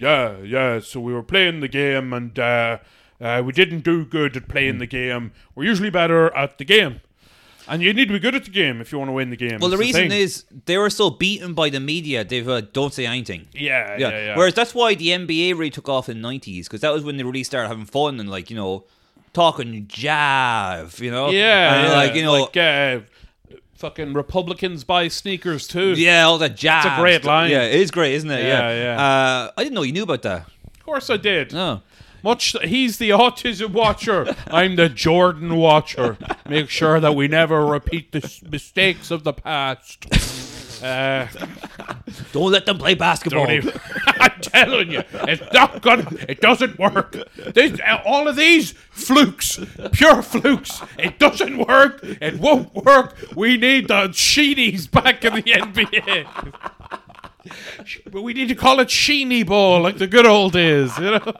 Speaker 1: yeah, yeah. So we were playing the game, and uh, uh, we didn't do good at
Speaker 2: Hmm.
Speaker 1: playing the game. We're usually better at the game, and you need to be good at the game if you want to win the game.
Speaker 2: Well, the
Speaker 1: It's
Speaker 2: reason
Speaker 1: thing.
Speaker 2: is they were so beaten by the media. They've uh, don't say anything.
Speaker 1: yeah, yeah, yeah.
Speaker 2: Whereas that's why the NBA really took off in the 90s because that was when they really started having fun and like you know talking jive, you know.
Speaker 1: yeah,
Speaker 2: And,
Speaker 1: yeah,
Speaker 2: like you know.
Speaker 1: like, uh, fucking Republicans buy sneakers too.
Speaker 2: yeah, all that jazz.
Speaker 1: a great line.
Speaker 2: Yeah, it is great, isn't it?
Speaker 1: Yeah,
Speaker 2: Yeah,
Speaker 1: yeah.
Speaker 2: Uh, I didn't know you knew about that.
Speaker 1: of course I did.
Speaker 2: No.
Speaker 1: Much he's the autism watcher. I'm the Jordan watcher. Make sure that we never repeat the s- mistakes of the past. Uh,
Speaker 2: Don't let them play basketball.
Speaker 1: don't even- Oh. I'm telling you, it's not gonna. It doesn't work. This, uh, all of these flukes, pure flukes. It doesn't work. It won't work. We need the sheenies back in the NBA. But we need to call it sheeny ball, like the good old days. You know.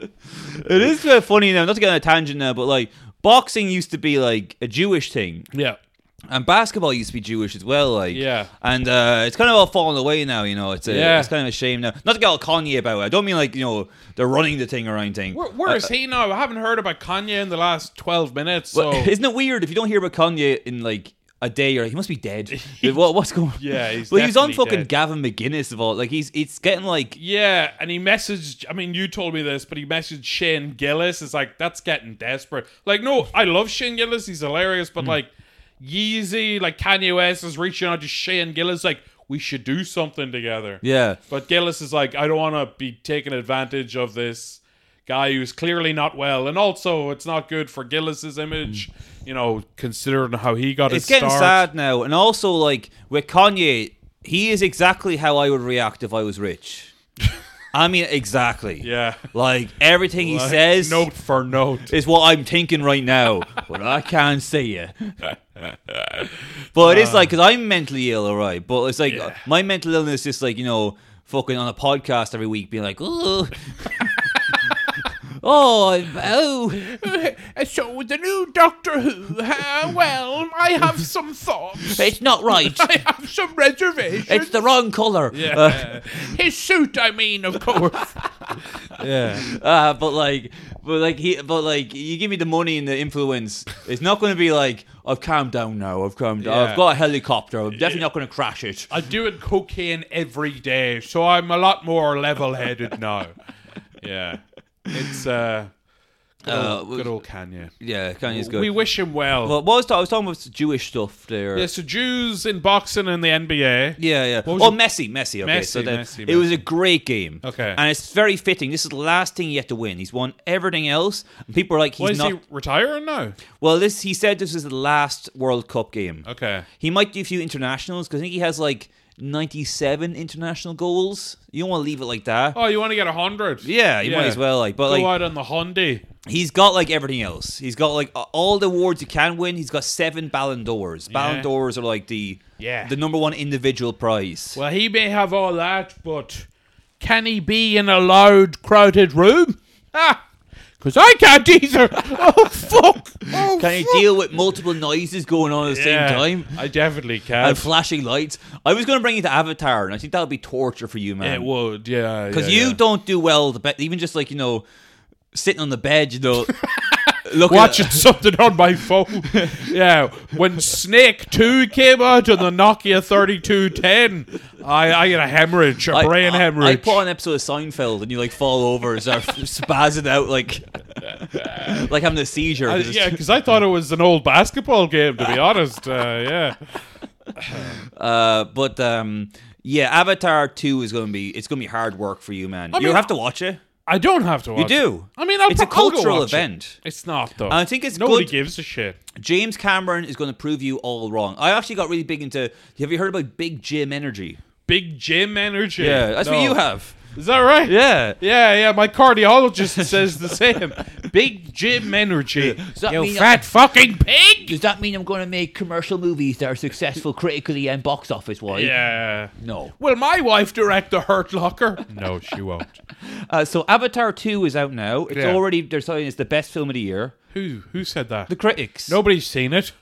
Speaker 2: It is uh, funny now. Not to get on a tangent now, but like boxing used to be like a Jewish thing.
Speaker 1: Yeah.
Speaker 2: and basketball used to be Jewish as well, like
Speaker 1: Yeah.
Speaker 2: And uh, it's kind of all fallen away now, you know. It's a,
Speaker 1: Yeah.
Speaker 2: it's kind of a shame now. Not to get all Kanye about it. I don't mean like you know they're running the thing or anything. Uh,
Speaker 1: Where, where is he now? I haven't heard about Kanye in the last 12 minutes. So
Speaker 2: But isn't it weird if you don't hear about Kanye in like a day or he must be dead? what, what's going? on?
Speaker 1: Yeah, he's
Speaker 2: well, he was on
Speaker 1: definitely
Speaker 2: fucking
Speaker 1: dead.
Speaker 2: Gavin McGinnis of all. Like he's it's getting like
Speaker 1: yeah, and he messaged. I mean, you told me this, but he messaged Shane Gillis. It's like that's getting desperate. Like, no, I love Shane Gillis. He's hilarious, but
Speaker 2: Hmm.
Speaker 1: like Yeezy, like Kanye West is reaching out to Shane Gillis, like we should do something together.
Speaker 2: yeah.
Speaker 1: But Gillis is like, I don't want to be taking advantage of this guy who's clearly not well, and also it's not good for Gillis's image. You know, considering how he got
Speaker 2: Hmm. It's
Speaker 1: his
Speaker 2: getting
Speaker 1: start.
Speaker 2: sad now, and also like with Kanye, he is exactly how I would react if I was rich. I mean, exactly.
Speaker 1: Yeah.
Speaker 2: Like everything he says.
Speaker 1: note for note.
Speaker 2: is what I'm thinking right now, but I can't see it. but it's like, because I'm mentally ill, all right? But it's like,
Speaker 1: Ah. Yeah.
Speaker 2: my mental illness is like, you know, fucking on a podcast every week being like, oh, oh, I'm- oh.
Speaker 1: "Uh, So the new Doctor Who. Uh, well, I have some thoughts.
Speaker 2: It's not right.
Speaker 1: I have some reservations.
Speaker 2: It's the wrong color.
Speaker 1: yeah. His suit, I mean, of course. yeah.
Speaker 2: Uh, but like, but like he, but like you give me the money and the influence. It's not going to be like I've calmed down now. I've calmed down.
Speaker 1: Yeah.
Speaker 2: I've got a helicopter. I'm definitely not going to crash it.
Speaker 1: I'm doing cocaine every day, so I'm a lot more level-headed now. Yeah. It's uh
Speaker 2: Uh,
Speaker 1: Good old Kanye.
Speaker 2: yeah, Kanye's good.
Speaker 1: We wish him well.
Speaker 2: Well, what I was, ta- I was talking about the Jewish stuff there.
Speaker 1: yeah, so Jews in boxing and the NBA.
Speaker 2: Yeah, yeah.
Speaker 1: was
Speaker 2: Oh,
Speaker 1: your-
Speaker 2: Messi, Messi. Okay,
Speaker 1: Messi,
Speaker 2: so the,
Speaker 1: Messi,
Speaker 2: it was a great game.
Speaker 1: Okay.
Speaker 2: and it's very fitting. This is the last thing he had to win. He's won everything else. And people are like,
Speaker 1: Why
Speaker 2: he's
Speaker 1: is
Speaker 2: not.
Speaker 1: he retiring now?
Speaker 2: Well, this he said this is the last World Cup game.
Speaker 1: Okay.
Speaker 2: He might do a few internationals because I think he has like 97 international goals. You don't want to leave it like that.
Speaker 1: Oh, you want to get a hundred?
Speaker 2: Yeah, you might as well. Like, but
Speaker 1: Go
Speaker 2: like,
Speaker 1: out on the Hyundai.
Speaker 2: he's got like everything else. He's got like a- all the awards you can win. He's got seven Ballon d'Ors. Ballon
Speaker 1: Yeah.
Speaker 2: d'Ors are like the
Speaker 1: Yeah.
Speaker 2: the number one individual prize.
Speaker 1: Well, he may have all that, but can he be in a loud, crowded room? Ah, because I can't either. oh fuck! Oh,
Speaker 2: Can he deal with multiple noises going on at the
Speaker 1: yeah,
Speaker 2: same time?
Speaker 1: I definitely can.
Speaker 2: And flashing lights. I was going to bring you to Avatar, and I think that would be torture for you, man.
Speaker 1: it would, yeah.
Speaker 2: because
Speaker 1: yeah,
Speaker 2: you
Speaker 1: yeah.
Speaker 2: don't do well. The be- even just like you know, sitting on the bed, you know, looking
Speaker 1: watching
Speaker 2: at,
Speaker 1: something on my phone. yeah, when Snake Two came out on the Nokia thirty two ten, I I had a hemorrhage, a
Speaker 2: I-
Speaker 1: brain
Speaker 2: I,
Speaker 1: hemorrhage.
Speaker 2: I put on an episode of Seinfeld, and you like fall over and start spazzing out, like like having a seizure.
Speaker 1: I,
Speaker 2: 'cause it's-
Speaker 1: yeah, because I thought it was an old basketball game. To be honest, uh, yeah.
Speaker 2: Uh, but um, yeah, Avatar Two is going to be it's going to be hard work for you, man. you
Speaker 1: mean-
Speaker 2: have to watch it.
Speaker 1: I don't have to. Watch
Speaker 2: You do.
Speaker 1: It. I mean, I'll
Speaker 2: it's a
Speaker 1: pro- I'll go
Speaker 2: cultural
Speaker 1: watch it.
Speaker 2: event.
Speaker 1: It's not though.
Speaker 2: I think it's
Speaker 1: nobody
Speaker 2: good-
Speaker 1: gives a shit.
Speaker 2: James Cameron is going to prove you all wrong. I actually got really big into. Have you heard about Big Jim Energy?
Speaker 1: Big gym energy.
Speaker 2: Yeah, that's what
Speaker 1: No.
Speaker 2: you have.
Speaker 1: Is that right?
Speaker 2: Yeah.
Speaker 1: Yeah, yeah, my cardiologist says the same. Big gym energy.
Speaker 2: that
Speaker 1: you
Speaker 2: mean-
Speaker 1: fat fucking pig!
Speaker 2: Does that mean I'm going to make commercial movies that are successful critically and box office wise?
Speaker 1: Yeah.
Speaker 2: No.
Speaker 1: Will my wife direct the Hurt Locker? No, she won't.
Speaker 2: Uh, so Avatar 2 is out now. It's
Speaker 1: Yeah.
Speaker 2: already, they're saying it's the best film of the year.
Speaker 1: Who who said that?
Speaker 2: The critics.
Speaker 1: Nobody's seen it.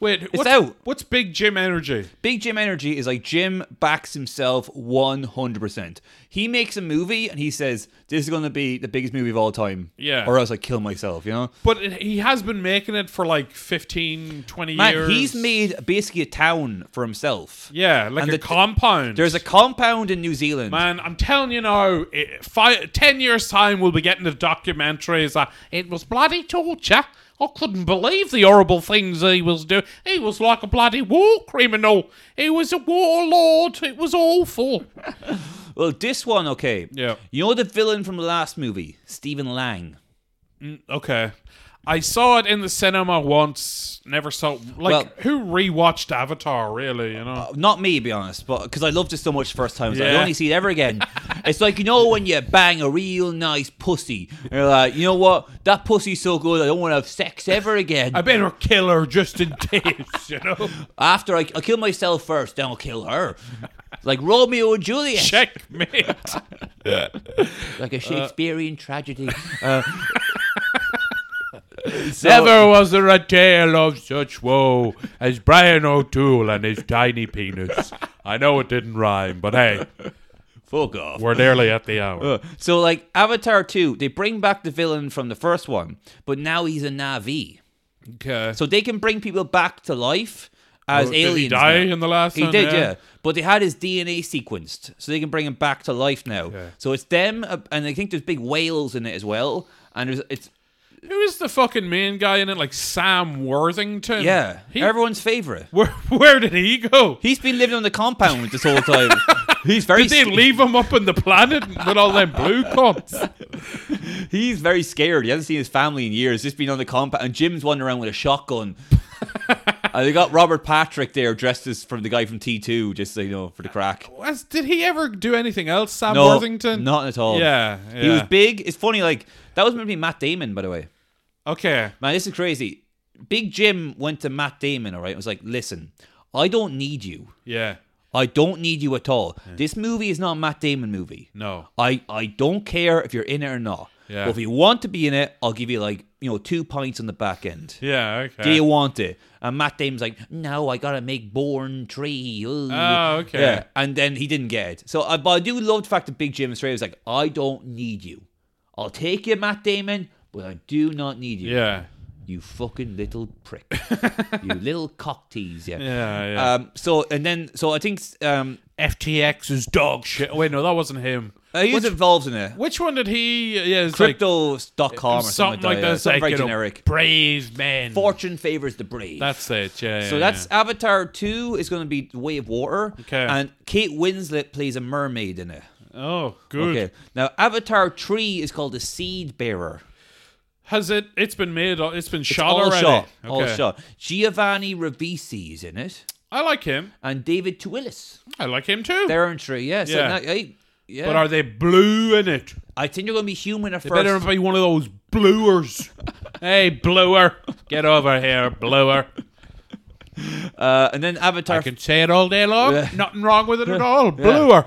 Speaker 1: Wait, it's what's,
Speaker 2: out.
Speaker 1: What's big gym energy?
Speaker 2: Big Jim Energy is like Jim backs himself 100%. He makes a movie and he says, this is going to be the biggest movie of all time.
Speaker 1: Yeah.
Speaker 2: Or else I kill myself, you know?
Speaker 1: But it, he has been making it for like 15, 20
Speaker 2: Man,
Speaker 1: years.
Speaker 2: he's made basically a town for himself.
Speaker 1: Yeah, like
Speaker 2: And
Speaker 1: a
Speaker 2: the-
Speaker 1: compound.
Speaker 2: There's a compound in New Zealand.
Speaker 1: Man, I'm telling you now, it, five, ten years' time, we'll be getting the documentaries. Uh, it was bloody torture. I couldn't believe the horrible things he was doing. He was like a bloody war criminal. He was a warlord. It was awful.
Speaker 2: Well, this one, okay.
Speaker 1: Yeah.
Speaker 2: You know the villain from the last movie? Stephen Lang.
Speaker 1: Okay. I saw it in the cinema once. Never saw like
Speaker 2: Well- Uh,
Speaker 1: who rewatched Avatar really, you know.
Speaker 2: Not me, to be honest, but because I loved it so much first time, so I
Speaker 1: Yeah.
Speaker 2: don't need to see it ever again. it's like you know when you bang a real nice pussy, and you're like, you know what? That pussy's so good, I don't want to have sex ever again.
Speaker 1: I better kill her just in case, you know.
Speaker 2: After I, I kill myself first, then I'll kill her. It's like Romeo and Juliet,
Speaker 1: Checkmate.
Speaker 2: like a Shakespearean tragedy. Uh, so-
Speaker 1: Never was there a tale of such woe as Brian O'Toole and his tiny penis. I know it didn't rhyme, but hey,
Speaker 2: fuck off.
Speaker 1: we're nearly at the hour.
Speaker 2: So like Avatar 2, they bring back the villain from the first one, but now he's a Navi.
Speaker 1: Okay.
Speaker 2: So they can bring people back to life as
Speaker 1: Oh, Did
Speaker 2: aliens.
Speaker 1: he die
Speaker 2: now.
Speaker 1: in the last
Speaker 2: He
Speaker 1: one?
Speaker 2: did, yeah. But they had his DNA sequenced, so they can bring him back to life now. So it's them, uh, and I think there's big whales in it as well. And there's, it's
Speaker 1: Who is the fucking main guy in it? Like Sam Worthington?
Speaker 2: yeah,
Speaker 1: He,
Speaker 2: everyone's favorite.
Speaker 1: where, where did he go?
Speaker 2: He's been living on the compound this whole time. he's very.
Speaker 1: Did they
Speaker 2: sca-
Speaker 1: leave him up on the planet with all them blue cunts?
Speaker 2: He's very scared. He hasn't seen his family in years. Just been on the compound, and Jim's wandering around with a shotgun. and they got Robert Patrick there, dressed as from the guy from T two, just so you know, for the crack.
Speaker 1: Was- Did he ever do anything else, Sam
Speaker 2: No,
Speaker 1: Worthington?
Speaker 2: not at all.
Speaker 1: Yeah,
Speaker 2: He was
Speaker 1: yeah.
Speaker 2: big. It's funny, like that was meant to be Matt Damon, by the way.
Speaker 1: Okay.
Speaker 2: Man, this is crazy. Big Jim went to Matt Damon, all right, and was like, listen, I don't need you.
Speaker 1: Yeah.
Speaker 2: I don't need you at all. This movie is not a Matt Damon movie.
Speaker 1: No.
Speaker 2: I, I don't care if you're in it or not.
Speaker 1: Yeah.
Speaker 2: But if you want to be in it, I'll give you like, you know, two pints on the back end.
Speaker 1: Yeah. Okay.
Speaker 2: Do you want it? And Matt Damon's like, no, I gotta make Born Tree. Ooh.
Speaker 1: Oh, okay.
Speaker 2: Yeah, and then he didn't get it. So, I, but I do love the fact that Big Jim straight was like, I don't need you. I'll take you, Matt Damon, but I do not need you.
Speaker 1: yeah.
Speaker 2: You fucking little prick. you little cock tease, yeah. Uh,
Speaker 1: Yeah. Yeah.
Speaker 2: Um, so and then so I think um,
Speaker 1: FTX is dog shit. Wait, no, that wasn't him.
Speaker 2: Uh, he was involved in it.
Speaker 1: Which one did he? Yeah, it's like
Speaker 2: Crypto.com or
Speaker 1: something like
Speaker 2: that.
Speaker 1: that.
Speaker 2: yeah.
Speaker 1: It's like,
Speaker 2: Something very
Speaker 1: you know,
Speaker 2: generic.
Speaker 1: brave man.
Speaker 2: Fortune favors the brave.
Speaker 1: That's it. Yeah.
Speaker 2: so
Speaker 1: yeah,
Speaker 2: that's Avatar 2 is going to be The Way of Water.
Speaker 1: Okay.
Speaker 2: And Kate Winslet plays a mermaid in it.
Speaker 1: yeah. oh good.
Speaker 2: Okay. Now, Avatar 3 is called The Seed Bearer.
Speaker 1: Has it? It's been made. or- It's been
Speaker 2: It's
Speaker 1: shot
Speaker 2: all
Speaker 1: already.
Speaker 2: shot. All
Speaker 1: Okay.
Speaker 2: shot. Giovanni Ribisi is in it.
Speaker 1: I like him.
Speaker 2: And David Twillis.
Speaker 1: I like him too.
Speaker 2: They're in three, yeah. So
Speaker 1: Yeah.
Speaker 2: now- hey, yeah.
Speaker 1: but are they blue in it?
Speaker 2: I think they're going to be human at
Speaker 1: They
Speaker 2: first.
Speaker 1: better be one of those bluers. hey, bluer, get over here, bluer.
Speaker 2: Uh, and then Avatar
Speaker 1: I can say it all day long.
Speaker 2: Yeah.
Speaker 1: Nothing wrong with it at all. Bluer.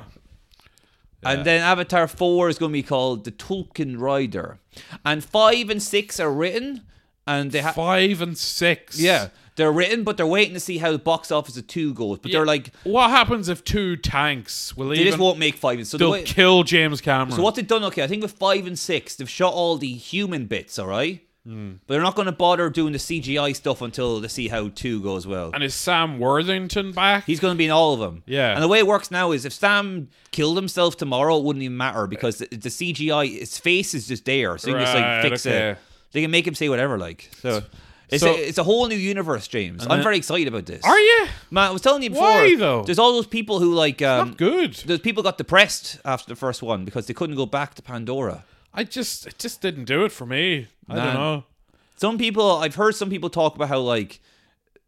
Speaker 2: And then Avatar 4 is going to be called The Tolkien Rider. And 5 and 6 are written and they have
Speaker 1: Five and six.
Speaker 2: yeah, they're written but they're waiting to see how the box office of 2 goes. But they're like
Speaker 1: What happens if two tanks will
Speaker 2: they
Speaker 1: even?
Speaker 2: just won't make 5 and so the
Speaker 1: they'll
Speaker 2: way,
Speaker 1: kill James Cameron.
Speaker 2: So what they've done okay, I think with 5 and 6 they've shot all the human bits, all right?
Speaker 1: Hmm.
Speaker 2: But they're not going to bother doing the CGI stuff until they see how 2 goes well.
Speaker 1: And is Sam Worthington back?
Speaker 2: He's going to be in all of them.
Speaker 1: Yeah.
Speaker 2: And the way it works now is if Sam killed himself tomorrow, it wouldn't even matter because the, the CGI, his face is just there. So you can just like
Speaker 1: Right,
Speaker 2: fix
Speaker 1: okay.
Speaker 2: it. They can make him say whatever, like. So. It's,
Speaker 1: So-
Speaker 2: a, it's a whole new universe, James. I'm very excited about this.
Speaker 1: Are you?
Speaker 2: Man, I was telling you before.
Speaker 1: Why, though?
Speaker 2: There's all those people who like. Um,
Speaker 1: Not good.
Speaker 2: Those people got depressed after the first one because they couldn't go back to Pandora.
Speaker 1: I just it just didn't do it for me. I
Speaker 2: Man.
Speaker 1: don't know.
Speaker 2: Some people, I've heard some people talk about how like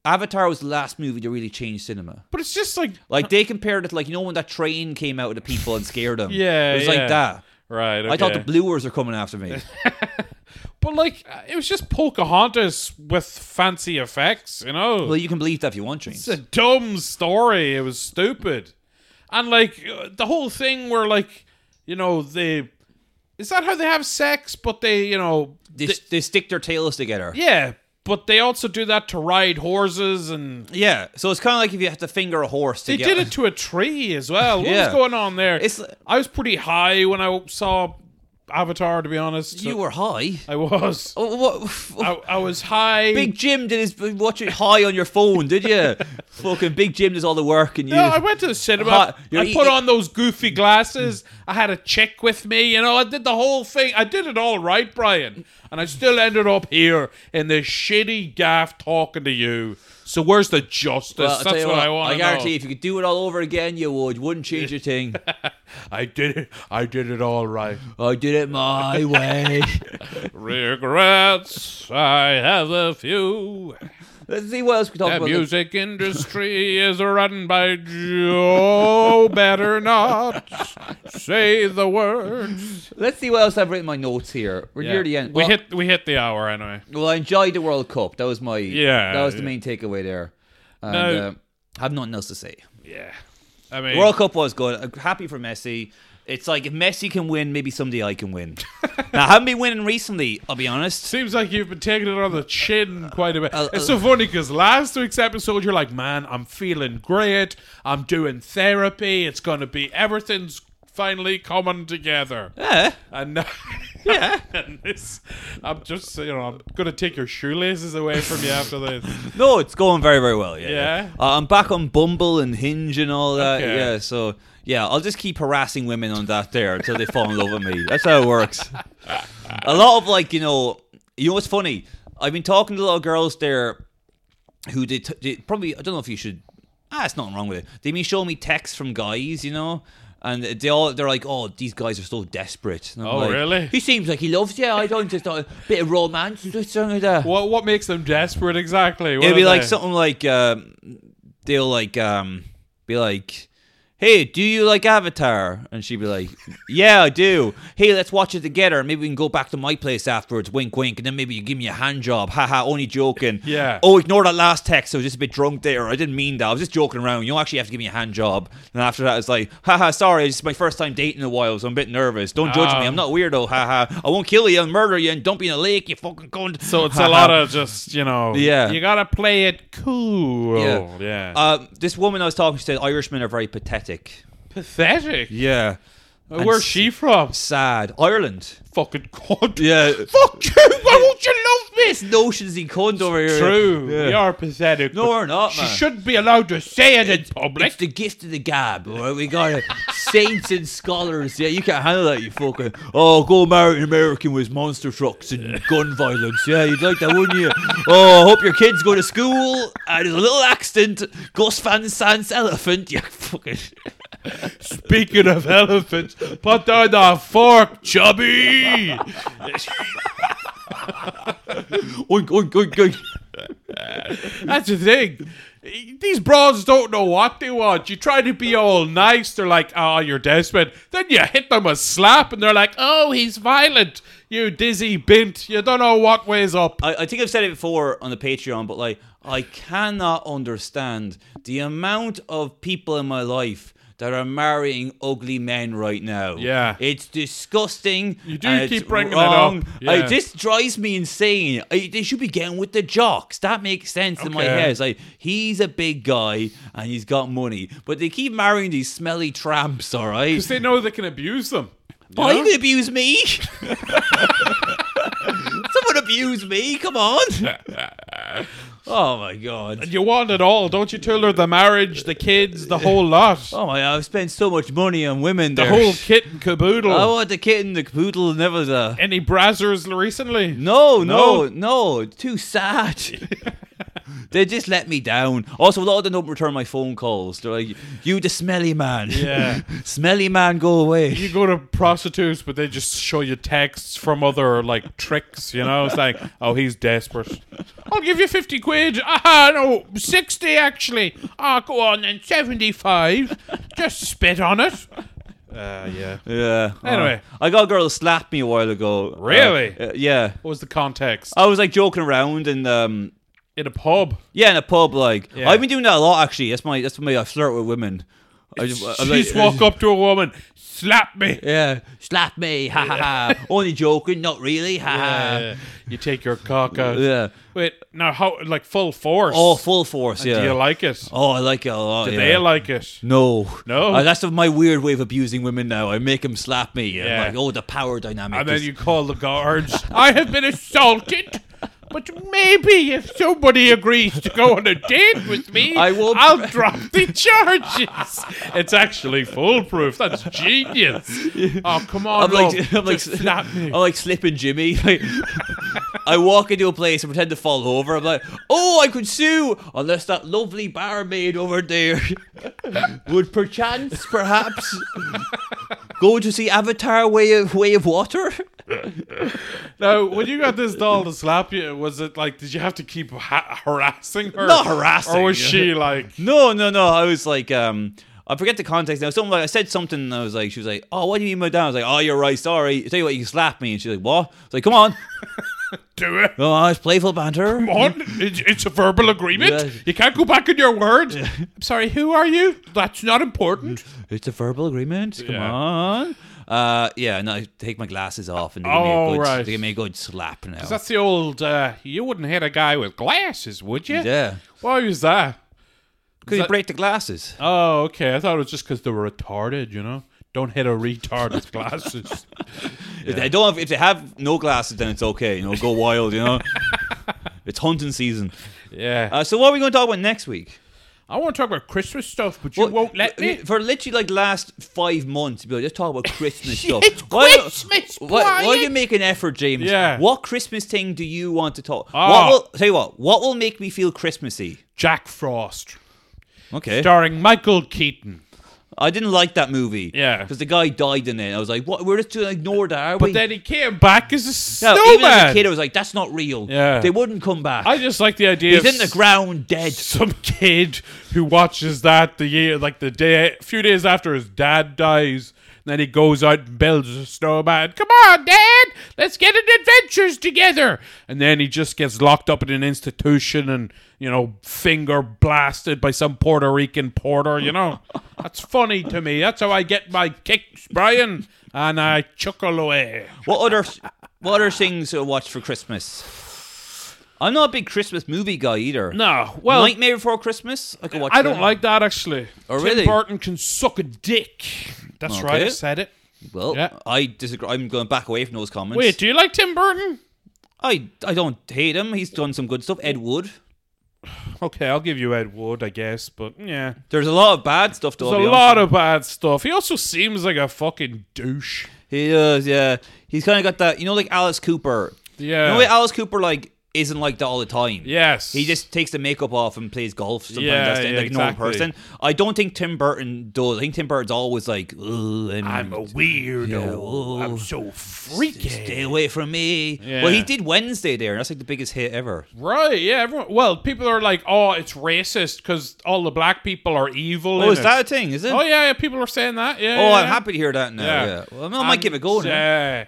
Speaker 2: Avatar was the last movie to really change cinema.
Speaker 1: But it's just like
Speaker 2: Like they compared it to like you know when that train came out of the people and scared them.
Speaker 1: Yeah,
Speaker 2: it was
Speaker 1: yeah.
Speaker 2: like that.
Speaker 1: right.
Speaker 2: I thought the
Speaker 1: okay.
Speaker 2: bluers are coming after me.
Speaker 1: But like, uh, it was just Pocahontas with fancy effects, you know.
Speaker 2: well, you can believe that if you want, James.
Speaker 1: it's a dumb story. It was stupid, and like uh, the whole thing where like, you know, they is that how they have sex? But they, you know,
Speaker 2: They, they stick their tails together.
Speaker 1: yeah. But they also do that to ride horses, and
Speaker 2: Yeah, so it's kind of like if you had to finger a horse. To
Speaker 1: they
Speaker 2: get,
Speaker 1: did it to a tree as well. What
Speaker 2: Yeah.
Speaker 1: was going on there?
Speaker 2: It's
Speaker 1: I was pretty high when I saw Avatar, to be honest.
Speaker 2: you were high.
Speaker 1: I was.
Speaker 2: Oh, what?
Speaker 1: I, I was high.
Speaker 2: Big Jim did his uh, watch it high on your phone, did you? Fucking Big Jim does all the work and you.
Speaker 1: No, I went to the cinema.
Speaker 2: Hot. You're
Speaker 1: I
Speaker 2: eat-
Speaker 1: put on those goofy glasses. I had a chick with me. You know, I did the whole thing. I did it all right, Brian. And I still ended up here in this shitty gaff talking to you. So where's the justice?
Speaker 2: Well, I'll tell
Speaker 1: That's
Speaker 2: you
Speaker 1: what, I want
Speaker 2: I
Speaker 1: to
Speaker 2: guarantee
Speaker 1: know.
Speaker 2: if you could do it all over again, you would. Wouldn't change a thing.
Speaker 1: I did it. I did it all right.
Speaker 2: I did it my way.
Speaker 1: Regrets, I have a few.
Speaker 2: Let's see what else we can talk
Speaker 1: The
Speaker 2: about.
Speaker 1: music industry is run by Joe. Better not say the words.
Speaker 2: Let's see what else I've written in my notes here. We're
Speaker 1: Yeah.
Speaker 2: near the end.
Speaker 1: We
Speaker 2: well,
Speaker 1: hit we hit the hour anyway.
Speaker 2: well, I enjoyed the World Cup. That was my
Speaker 1: Yeah,
Speaker 2: That was the
Speaker 1: yeah.
Speaker 2: main takeaway there. And,
Speaker 1: No.
Speaker 2: uh, I have nothing else to say.
Speaker 1: Yeah, I mean,
Speaker 2: World Cup was good. I'm happy for Messi. It's like if Messi can win, maybe someday I can win. now I haven't been winning recently. I'll be honest.
Speaker 1: seems like you've been taking it on the chin quite a bit.
Speaker 2: uh,
Speaker 1: it's so funny because last week's episode, you're like, "Man, I'm feeling great. I'm doing therapy. It's gonna be everything's." Finally coming together,
Speaker 2: Yeah.
Speaker 1: and now, yeah, and this, I'm just you know I'm gonna take your shoelaces away from you after this.
Speaker 2: No, it's going very very well. Yeah.
Speaker 1: Yeah?
Speaker 2: Uh, I'm back on Bumble and Hinge and all that.
Speaker 1: Okay.
Speaker 2: Yeah. So yeah, I'll just keep harassing women on that there until they fall in love with me. That's how it works. a lot of like you know you know what's funny i've been talking to a lot of girls there who did, did probably i don't know if you should ah it's nothing wrong with it they been showing me texts from guys you know and they all they're like oh these guys are so desperate And I'm
Speaker 1: Oh,
Speaker 2: like,
Speaker 1: really?
Speaker 2: he seems like he loves you i don't just a bit of romance or something like that
Speaker 1: What what makes them desperate exactly? What
Speaker 2: it'd
Speaker 1: are
Speaker 2: be like
Speaker 1: they?
Speaker 2: something like um, they'll like um, be like hey do you like avatar and she'd be like yeah i do hey let's watch it together maybe we can go back to my place afterwards wink wink and then maybe you give me a hand job haha only joking
Speaker 1: Yeah.
Speaker 2: oh ignore that last text i was just a bit drunk there i didn't mean that i was just joking around you don't actually have to give me a hand job and after that it's like haha sorry it's my first time dating in a while so i'm a bit nervous don't judge me
Speaker 1: Ah.
Speaker 2: i'm not a weirdo haha i won't kill you and murder you and dump you in a lake you fucking cunt
Speaker 1: So it's a lot of just you know,
Speaker 2: Yeah.
Speaker 1: you gotta play it cool.
Speaker 2: Yeah.
Speaker 1: Yeah,
Speaker 2: Uh, this woman I was talking to said Irishmen are very pathetic.
Speaker 1: pathetic.
Speaker 2: Yeah.
Speaker 1: Where's she from?
Speaker 2: Sad. Ireland.
Speaker 1: Fucking god.
Speaker 2: Yeah.
Speaker 1: Fuck you! Why won't you love
Speaker 2: this notions he conned over here.
Speaker 1: True.
Speaker 2: Yeah.
Speaker 1: You're pathetic.
Speaker 2: No,
Speaker 1: but
Speaker 2: we're not,
Speaker 1: She
Speaker 2: man.
Speaker 1: shouldn't be allowed to say it in
Speaker 2: It's
Speaker 1: public.
Speaker 2: the gift of the gab, all right? We got it. saints and scholars. Yeah, you can't handle that, you fucking. Oh, go marry an American with monster trucks and gun violence. Yeah, you'd like that, wouldn't you? Oh, I hope your kids go to school and there's a little accident. Gus Van Sant's elephant. You fucking.
Speaker 1: Speaking of elephants, put down the fork, chubby.
Speaker 2: Oink, oink, oink, oink.
Speaker 1: That's the thing. These broads don't know what they want. You try to be all nice, they're like, oh, you're desperate. Then you hit them a slap, and they're like, oh, he's violent. You dizzy bint. You don't know what way's up.
Speaker 2: I, I think I've said it before on the Patreon, but like I cannot understand the amount of people in my life that are marrying ugly men right now.
Speaker 1: Yeah.
Speaker 2: it's disgusting. You
Speaker 1: do keep bringing it up. Yeah.
Speaker 2: It just drives me insane. I, they should be getting with the jocks. That makes sense in my
Speaker 1: Okay.
Speaker 2: head. It's like he's a big guy and he's got money, but they keep marrying these smelly tramps. All right,
Speaker 1: Because they know they can abuse them.
Speaker 2: why you gonna abuse me? Someone abuse me, come on. oh my god.
Speaker 1: You want it all, don't you, Tuller? The marriage, the kids, the whole lot.
Speaker 2: Oh my I've spent so much money on women
Speaker 1: The
Speaker 2: there.
Speaker 1: whole kit and caboodle.
Speaker 2: I want the kitten, the poodle, and never the
Speaker 1: Any brazzers recently?
Speaker 2: No, no, no, too sad. they just let me down. Also, a lot of them don't return my phone calls. They're like, "You the smelly man,
Speaker 1: Yeah.
Speaker 2: smelly man, go away."
Speaker 1: You go to prostitutes, but they just show you texts from other like tricks. You know, it's like, oh, he's desperate. I'll give you fifty quid. Ah, no, sixty actually. Ah, go on then, seventy-five. Just spit on it. Uh, yeah.
Speaker 2: yeah.
Speaker 1: Anyway.
Speaker 2: I got a girl who slapped me a while ago.
Speaker 1: Really?
Speaker 2: Uh, uh, yeah.
Speaker 1: What was the context?
Speaker 2: I was like joking around and um
Speaker 1: In a pub.
Speaker 2: yeah, in a pub like
Speaker 1: Yeah.
Speaker 2: I've been doing that a lot actually. That's my that's my I flirt with women. I just, I'm
Speaker 1: She just
Speaker 2: like- uh,
Speaker 1: walk up to a woman, slap me.
Speaker 2: Yeah, slap me, ha ha ha. Only joking, not really, ha ha.
Speaker 1: Uh, you take your cock out.
Speaker 2: Yeah.
Speaker 1: Wait, now how? Like full force?
Speaker 2: Oh, full force, yeah.
Speaker 1: Do you like it?
Speaker 2: oh, I like it a lot.
Speaker 1: Do
Speaker 2: yeah.
Speaker 1: they like it?
Speaker 2: no,
Speaker 1: No.
Speaker 2: Uh, that's my weird way of abusing women now. I make them slap me. I'm
Speaker 1: Yeah.
Speaker 2: like, oh, the power dynamic.
Speaker 1: And then
Speaker 2: is-
Speaker 1: you call the guards. I have been assaulted. But maybe if somebody agrees to go on a date with me,
Speaker 2: I won't-
Speaker 1: I'll drop the charges. It's actually foolproof. That's genius. Oh come on,
Speaker 2: I'm
Speaker 1: love.
Speaker 2: like, I'm like,
Speaker 1: Just slap me.
Speaker 2: I'm like slipping Jimmy. Like, I walk into a place and pretend to fall over. I'm like, oh, I could sue unless that lovely barmaid over there would perchance, perhaps, go to see Avatar: Way of Way of Water.
Speaker 1: Now, when you got this doll to slap you, was it like? Did you have to keep ha- harassing her?
Speaker 2: Not harassing.
Speaker 1: Or was she like?
Speaker 2: No, no, no. I was like, um, I forget the context now. Something like I said something, and I was like, she was like, oh, what do you mean by that? I was like, oh, you're right. Sorry. I tell you what, you can slap me, and she's like, what? I was like, come on,
Speaker 1: Do it.
Speaker 2: no, it's playful banter.
Speaker 1: Come on, it's, it's a verbal agreement.
Speaker 2: Yeah.
Speaker 1: You can't go back on your word. I'm sorry, who are you? That's not important.
Speaker 2: It's a verbal agreement. Come
Speaker 1: Yeah.
Speaker 2: on. Uh, yeah, and I take my glasses off and they give, me,
Speaker 1: Oh,
Speaker 2: a good,
Speaker 1: right.
Speaker 2: they give me a good slap now.
Speaker 1: That's the old. Uh, you wouldn't hit a guy with glasses, would you?
Speaker 2: yeah.
Speaker 1: Why is that?
Speaker 2: Because you
Speaker 1: that-
Speaker 2: break the glasses.
Speaker 1: Oh, okay. I thought it was just because they were retarded. You know, don't hit a retard with glasses.
Speaker 2: Uh, If they don't have, if they have no glasses, then it's okay. You know, go wild. You know, it's hunting season.
Speaker 1: yeah.
Speaker 2: Uh, so what are we going to talk about next week?
Speaker 1: I want to talk about Christmas stuff, but you
Speaker 2: Well, uh,
Speaker 1: won't let
Speaker 2: w-
Speaker 1: me.
Speaker 2: For literally like last five months, we just talk about Christmas stuff.
Speaker 1: It's
Speaker 2: Why-
Speaker 1: Christmas,
Speaker 2: Why, why
Speaker 1: Brian.
Speaker 2: do you make an effort, James?
Speaker 1: Yeah.
Speaker 2: What Christmas thing do you want to talk?
Speaker 1: Ah.
Speaker 2: What will tell you what? What will make me feel Christmassy?
Speaker 1: Jack Frost,
Speaker 2: Okay.
Speaker 1: starring Michael Keaton.
Speaker 2: I didn't like that movie.
Speaker 1: Yeah.
Speaker 2: Because the guy died in it. I was like, what? We're just going to ignore that, are
Speaker 1: But
Speaker 2: we?
Speaker 1: then he came back as a
Speaker 2: no,
Speaker 1: snowman.
Speaker 2: even as a kid, I was like, that's not real.
Speaker 1: Yeah.
Speaker 2: They wouldn't come back.
Speaker 1: I just like the idea.
Speaker 2: He's
Speaker 1: of
Speaker 2: in the ground dead.
Speaker 1: some kid who watches that the year, like the day, a few days after his dad dies. And then he goes out and builds a snowman. Come on, Dad, let's get an adventures together. And then he just gets locked up in an institution and you know finger blasted by some Puerto Rican porter. You know, that's funny to me. That's how I get my kicks, Brian, and I chuckle away.
Speaker 2: What other what other things to watch for Christmas? I'm not a big Christmas movie guy either.
Speaker 1: No, well,
Speaker 2: Nightmare Before Christmas? I could watch
Speaker 1: I don't
Speaker 2: that.
Speaker 1: like that actually.
Speaker 2: Oh,
Speaker 1: Tim
Speaker 2: really?
Speaker 1: Burton can suck a dick. That's right. I
Speaker 2: Okay.
Speaker 1: said it.
Speaker 2: Well,
Speaker 1: Yeah.
Speaker 2: I disagree. I'm going back away from those comments.
Speaker 1: Wait, do you like Tim Burton?
Speaker 2: I I don't hate him. He's done some good stuff. Ed Wood.
Speaker 1: Okay, I'll give you Ed Wood, I guess, but yeah.
Speaker 2: There's a lot of bad stuff. To
Speaker 1: There's a lot of bad stuff. He also seems like a fucking douche.
Speaker 2: He does. Yeah. He's kind of got that. You know, like Alice Cooper.
Speaker 1: Yeah.
Speaker 2: You know, like Alice Cooper like isn't like that all the time.
Speaker 1: yes.
Speaker 2: He just takes the makeup off and plays golf. Sometimes
Speaker 1: Yeah,
Speaker 2: that's the,
Speaker 1: yeah,
Speaker 2: like a normal
Speaker 1: exactly.
Speaker 2: person. I don't think Tim Burton does. I think Tim Burton's always like, Ugh, I'm,
Speaker 1: I'm a weirdo. I'm so freaky.
Speaker 2: Stay away from me.
Speaker 1: Yeah.
Speaker 2: Well, he did Wednesday there, and that's like the biggest hit ever.
Speaker 1: Right, yeah, everyone. Well, people are like, "Oh, it's racist because all the black people are evil."
Speaker 2: Oh,
Speaker 1: in
Speaker 2: is
Speaker 1: it."
Speaker 2: that a thing? Is it?
Speaker 1: Oh yeah, yeah, people are saying that. Yeah.
Speaker 2: Oh,
Speaker 1: yeah,
Speaker 2: I'm
Speaker 1: yeah.
Speaker 2: happy to hear that now. Yeah. Well, I might give it a go now.
Speaker 1: Yeah.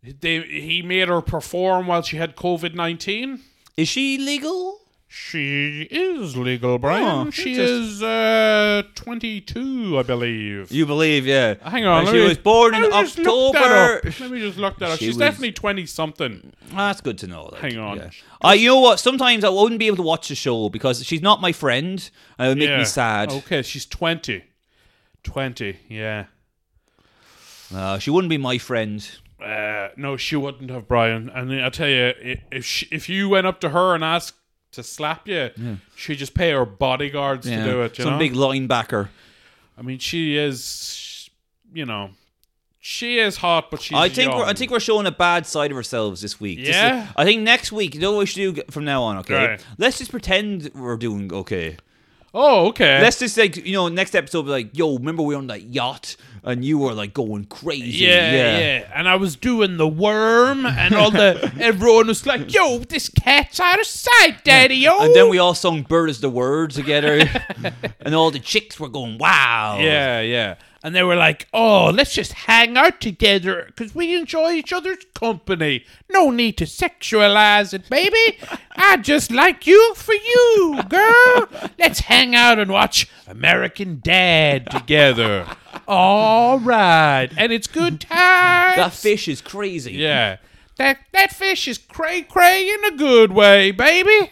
Speaker 1: They, he made her perform while she had COVID nineteen.
Speaker 2: Is she legal?
Speaker 1: She is legal, Brian.
Speaker 2: Oh,
Speaker 1: she
Speaker 2: interesting.
Speaker 1: is uh, twenty two, I believe.
Speaker 2: You believe, yeah.
Speaker 1: Hang on,
Speaker 2: And
Speaker 1: let
Speaker 2: she
Speaker 1: me-
Speaker 2: was born in
Speaker 1: let me just look that
Speaker 2: October.
Speaker 1: up. Let me just look that up.
Speaker 2: She
Speaker 1: She's
Speaker 2: was-
Speaker 1: definitely twenty something.
Speaker 2: Ah, That's good to know. like,
Speaker 1: Hang on.
Speaker 2: yeah. I, you know what? Sometimes I wouldn't be able to watch the show because she's not my friend, and it would make
Speaker 1: yeah.
Speaker 2: me sad.
Speaker 1: Okay, she's twenty. Twenty, yeah.
Speaker 2: Uh, she wouldn't be my friend.
Speaker 1: Uh, no, she wouldn't have, Brian. And I tell you, i- if she, if you went up to her and asked to slap you, she'd just pay her bodyguards
Speaker 2: Yeah.
Speaker 1: to do it. You
Speaker 2: Some
Speaker 1: know?
Speaker 2: big linebacker.
Speaker 1: I mean, she is, you know, she is hot, but she's
Speaker 2: I think
Speaker 1: young.
Speaker 2: we're, I think we're showing a bad side of ourselves this week. Just-
Speaker 1: Yeah?
Speaker 2: I think next week, you know what we should do from now on, okay?
Speaker 1: Right.
Speaker 2: Let's just pretend we're doing okay.
Speaker 1: oh, okay.
Speaker 2: Let's just like you know, next episode be like, yo, remember we were on that yacht and you were like going crazy.
Speaker 1: yeah, yeah, And I was doing the worm, and all the everyone was like, "Yo, this cat's out of sight, daddy." Oh,
Speaker 2: And then we all sung Bird is the Word together. and all the chicks were going, Wow.
Speaker 1: Yeah, yeah. And they were like, oh, let's just hang out together because we enjoy each other's company. No need to sexualize it, baby. I just like you for you, girl. Let's hang out and watch American Dad together. All right. And it's good time.
Speaker 2: That fish is crazy.
Speaker 1: yeah. That, that fish is cray cray in a good way, baby.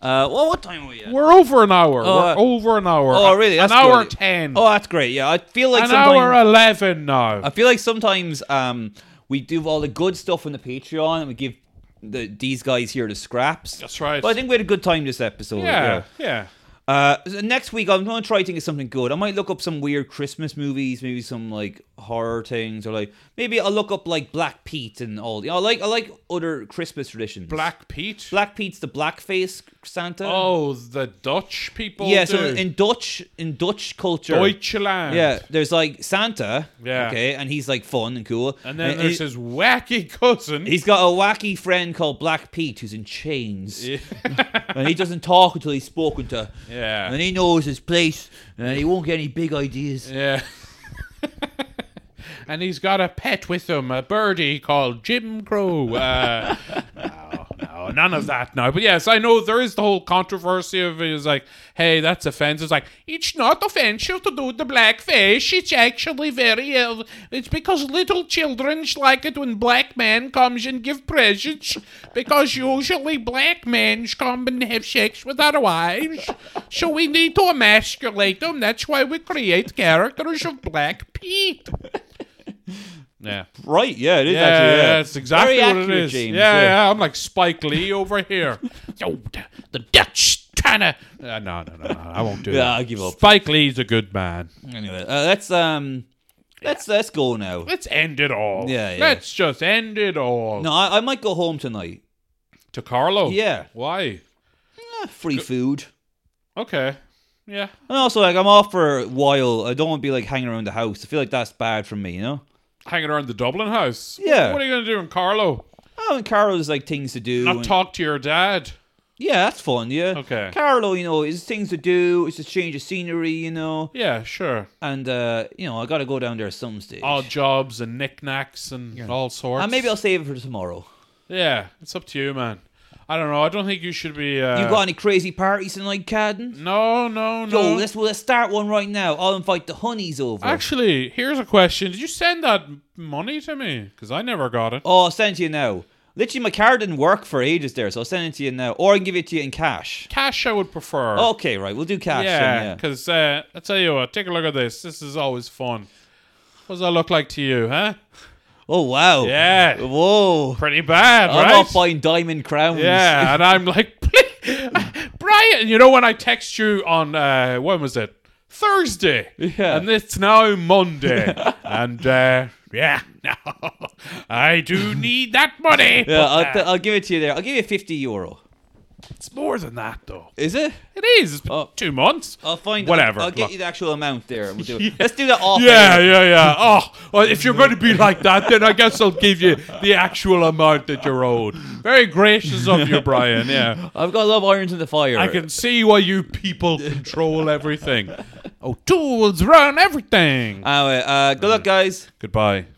Speaker 2: Uh, well, what time are we at?
Speaker 1: We're over an hour.
Speaker 2: Oh, uh,
Speaker 1: We're over an hour.
Speaker 2: Oh, really?
Speaker 1: An
Speaker 2: That's
Speaker 1: hour
Speaker 2: good.
Speaker 1: 10.
Speaker 2: Oh, that's great. Yeah, I feel like
Speaker 1: an
Speaker 2: sometimes
Speaker 1: hour 11 now.
Speaker 2: I feel like sometimes um, we do all the good stuff on the Patreon and we give the, these guys here the scraps.
Speaker 1: That's right.
Speaker 2: But I think we had a good time this episode.
Speaker 1: Yeah, yeah.
Speaker 2: Uh, so next week, I'm going to try to think of something good. I might look up some weird Christmas movies, maybe some like horror things, or like maybe I'll look up like Black Pete and all. You know, I like I like other Christmas traditions.
Speaker 1: Black Pete.
Speaker 2: Black Pete's the blackface Santa.
Speaker 1: Oh, the Dutch people.
Speaker 2: yeah.
Speaker 1: do.
Speaker 2: So in Dutch, in Dutch culture,
Speaker 1: Deutschland.
Speaker 2: yeah, there's like Santa.
Speaker 1: Yeah.
Speaker 2: Okay, and he's like fun and cool.
Speaker 1: And then
Speaker 2: And
Speaker 1: there's
Speaker 2: he-
Speaker 1: his wacky cousin.
Speaker 2: He's got a wacky friend called Black Pete who's in chains. and he doesn't talk until he's spoken to.
Speaker 1: Yeah.
Speaker 2: And he knows his place and he won't get any big ideas.
Speaker 1: yeah. and he's got a pet with him, a birdie called Jim Crow. Uh, no, no, none of that now. But yes, I know there is the whole controversy of it's like, hey, that's offensive. It's like, it's not offensive to do the blackface. It's actually very ill. It's because little children like it when black men comes and give presents because usually black men come and have sex with our wives. So we need to emasculate them. That's why we create characters of Black Pete. Yeah.
Speaker 2: Right, yeah, it is
Speaker 1: Yeah, that's exactly
Speaker 2: Very
Speaker 1: what
Speaker 2: accurate,
Speaker 1: it is.
Speaker 2: James,
Speaker 1: yeah,
Speaker 2: yeah.
Speaker 1: yeah, I'm like Spike Lee over here. Yo, the- the Dutch tryna. Uh, no, no, no, no, I won't do
Speaker 2: Yeah,
Speaker 1: that.
Speaker 2: I give up.
Speaker 1: Spike Lee's a good man.
Speaker 2: Anyway, uh, let's um let's let's go now.
Speaker 1: Let's end it all.
Speaker 2: Yeah, yeah.
Speaker 1: Let's just end it all.
Speaker 2: No, I, I might go home tonight.
Speaker 1: To Carlo.
Speaker 2: Yeah.
Speaker 1: Why?
Speaker 2: Ah, free food.
Speaker 1: Okay. Yeah.
Speaker 2: And also like I'm off for a while. I don't want to be like hanging around the house. I feel like that's bad for me, you know?
Speaker 1: Hanging around the Dublin house.
Speaker 2: Yeah.
Speaker 1: What are you gonna do in Carlo?
Speaker 2: Oh, and Carol's like things to do.
Speaker 1: Not
Speaker 2: and-
Speaker 1: talk to your dad.
Speaker 2: Yeah, that's fun. Yeah.
Speaker 1: Okay.
Speaker 2: Carlo, you know, it's things to do. It's a change of scenery, you know,
Speaker 1: Yeah, sure.
Speaker 2: and uh, you know, I got to go down there at some stage.
Speaker 1: Odd jobs and knickknacks and all sorts.
Speaker 2: and Uh, maybe I'll save it for tomorrow.
Speaker 1: Yeah, it's up to you, man. I don't know. I don't think you should be. Uh,
Speaker 2: you got any crazy parties tonight, Cadden?
Speaker 1: No, no,
Speaker 2: Yo,
Speaker 1: no.
Speaker 2: let's well, let's start one right now. I'll invite the honeys over.
Speaker 1: Actually, here's a question. Did you send that money to me? Because I never got it.
Speaker 2: oh, I'll send it to you now. Literally, my card didn't work for ages there, so I'll send it to you now, or I can give it to you in cash.
Speaker 1: Cash, I would prefer.
Speaker 2: Okay, right, we'll do Oh, cash. then,
Speaker 1: yeah. Because uh, I tell you what, take a look at this. This is always fun. What does that look like to you, huh?
Speaker 2: oh wow,
Speaker 1: Yeah.
Speaker 2: whoa,
Speaker 1: Pretty bad,
Speaker 2: I'm
Speaker 1: right?
Speaker 2: gonna find diamond crowns.
Speaker 1: Yeah, and I'm like, "Please, Brian, you know when I text you on uh, when was it Thursday?
Speaker 2: Yeah.
Speaker 1: and it's now Monday, and uh, yeah, no, I do need that money.
Speaker 2: yeah,
Speaker 1: But,
Speaker 2: I'll,
Speaker 1: uh,
Speaker 2: th- I'll give it to you there. I'll give you fifty euro.
Speaker 1: it's more than that though.
Speaker 2: Is it?
Speaker 1: It is. It's been
Speaker 2: Oh.
Speaker 1: two months.
Speaker 2: I'll find
Speaker 1: Whatever.
Speaker 2: I'll, I'll get
Speaker 1: Look.
Speaker 2: you the actual amount there. and We'll do it. Let's do that off.
Speaker 1: Yeah,
Speaker 2: air.
Speaker 1: yeah, yeah. Oh, well, if you're going to be like that, then I guess I'll give you the actual amount that you're owed. Very gracious of you, Brian. Yeah.
Speaker 2: I've got a lot of irons in the fire.
Speaker 1: I can see why you people control everything. O'Toole's run everything. Mm.
Speaker 2: Anyway, uh, good luck, guys.
Speaker 1: Goodbye.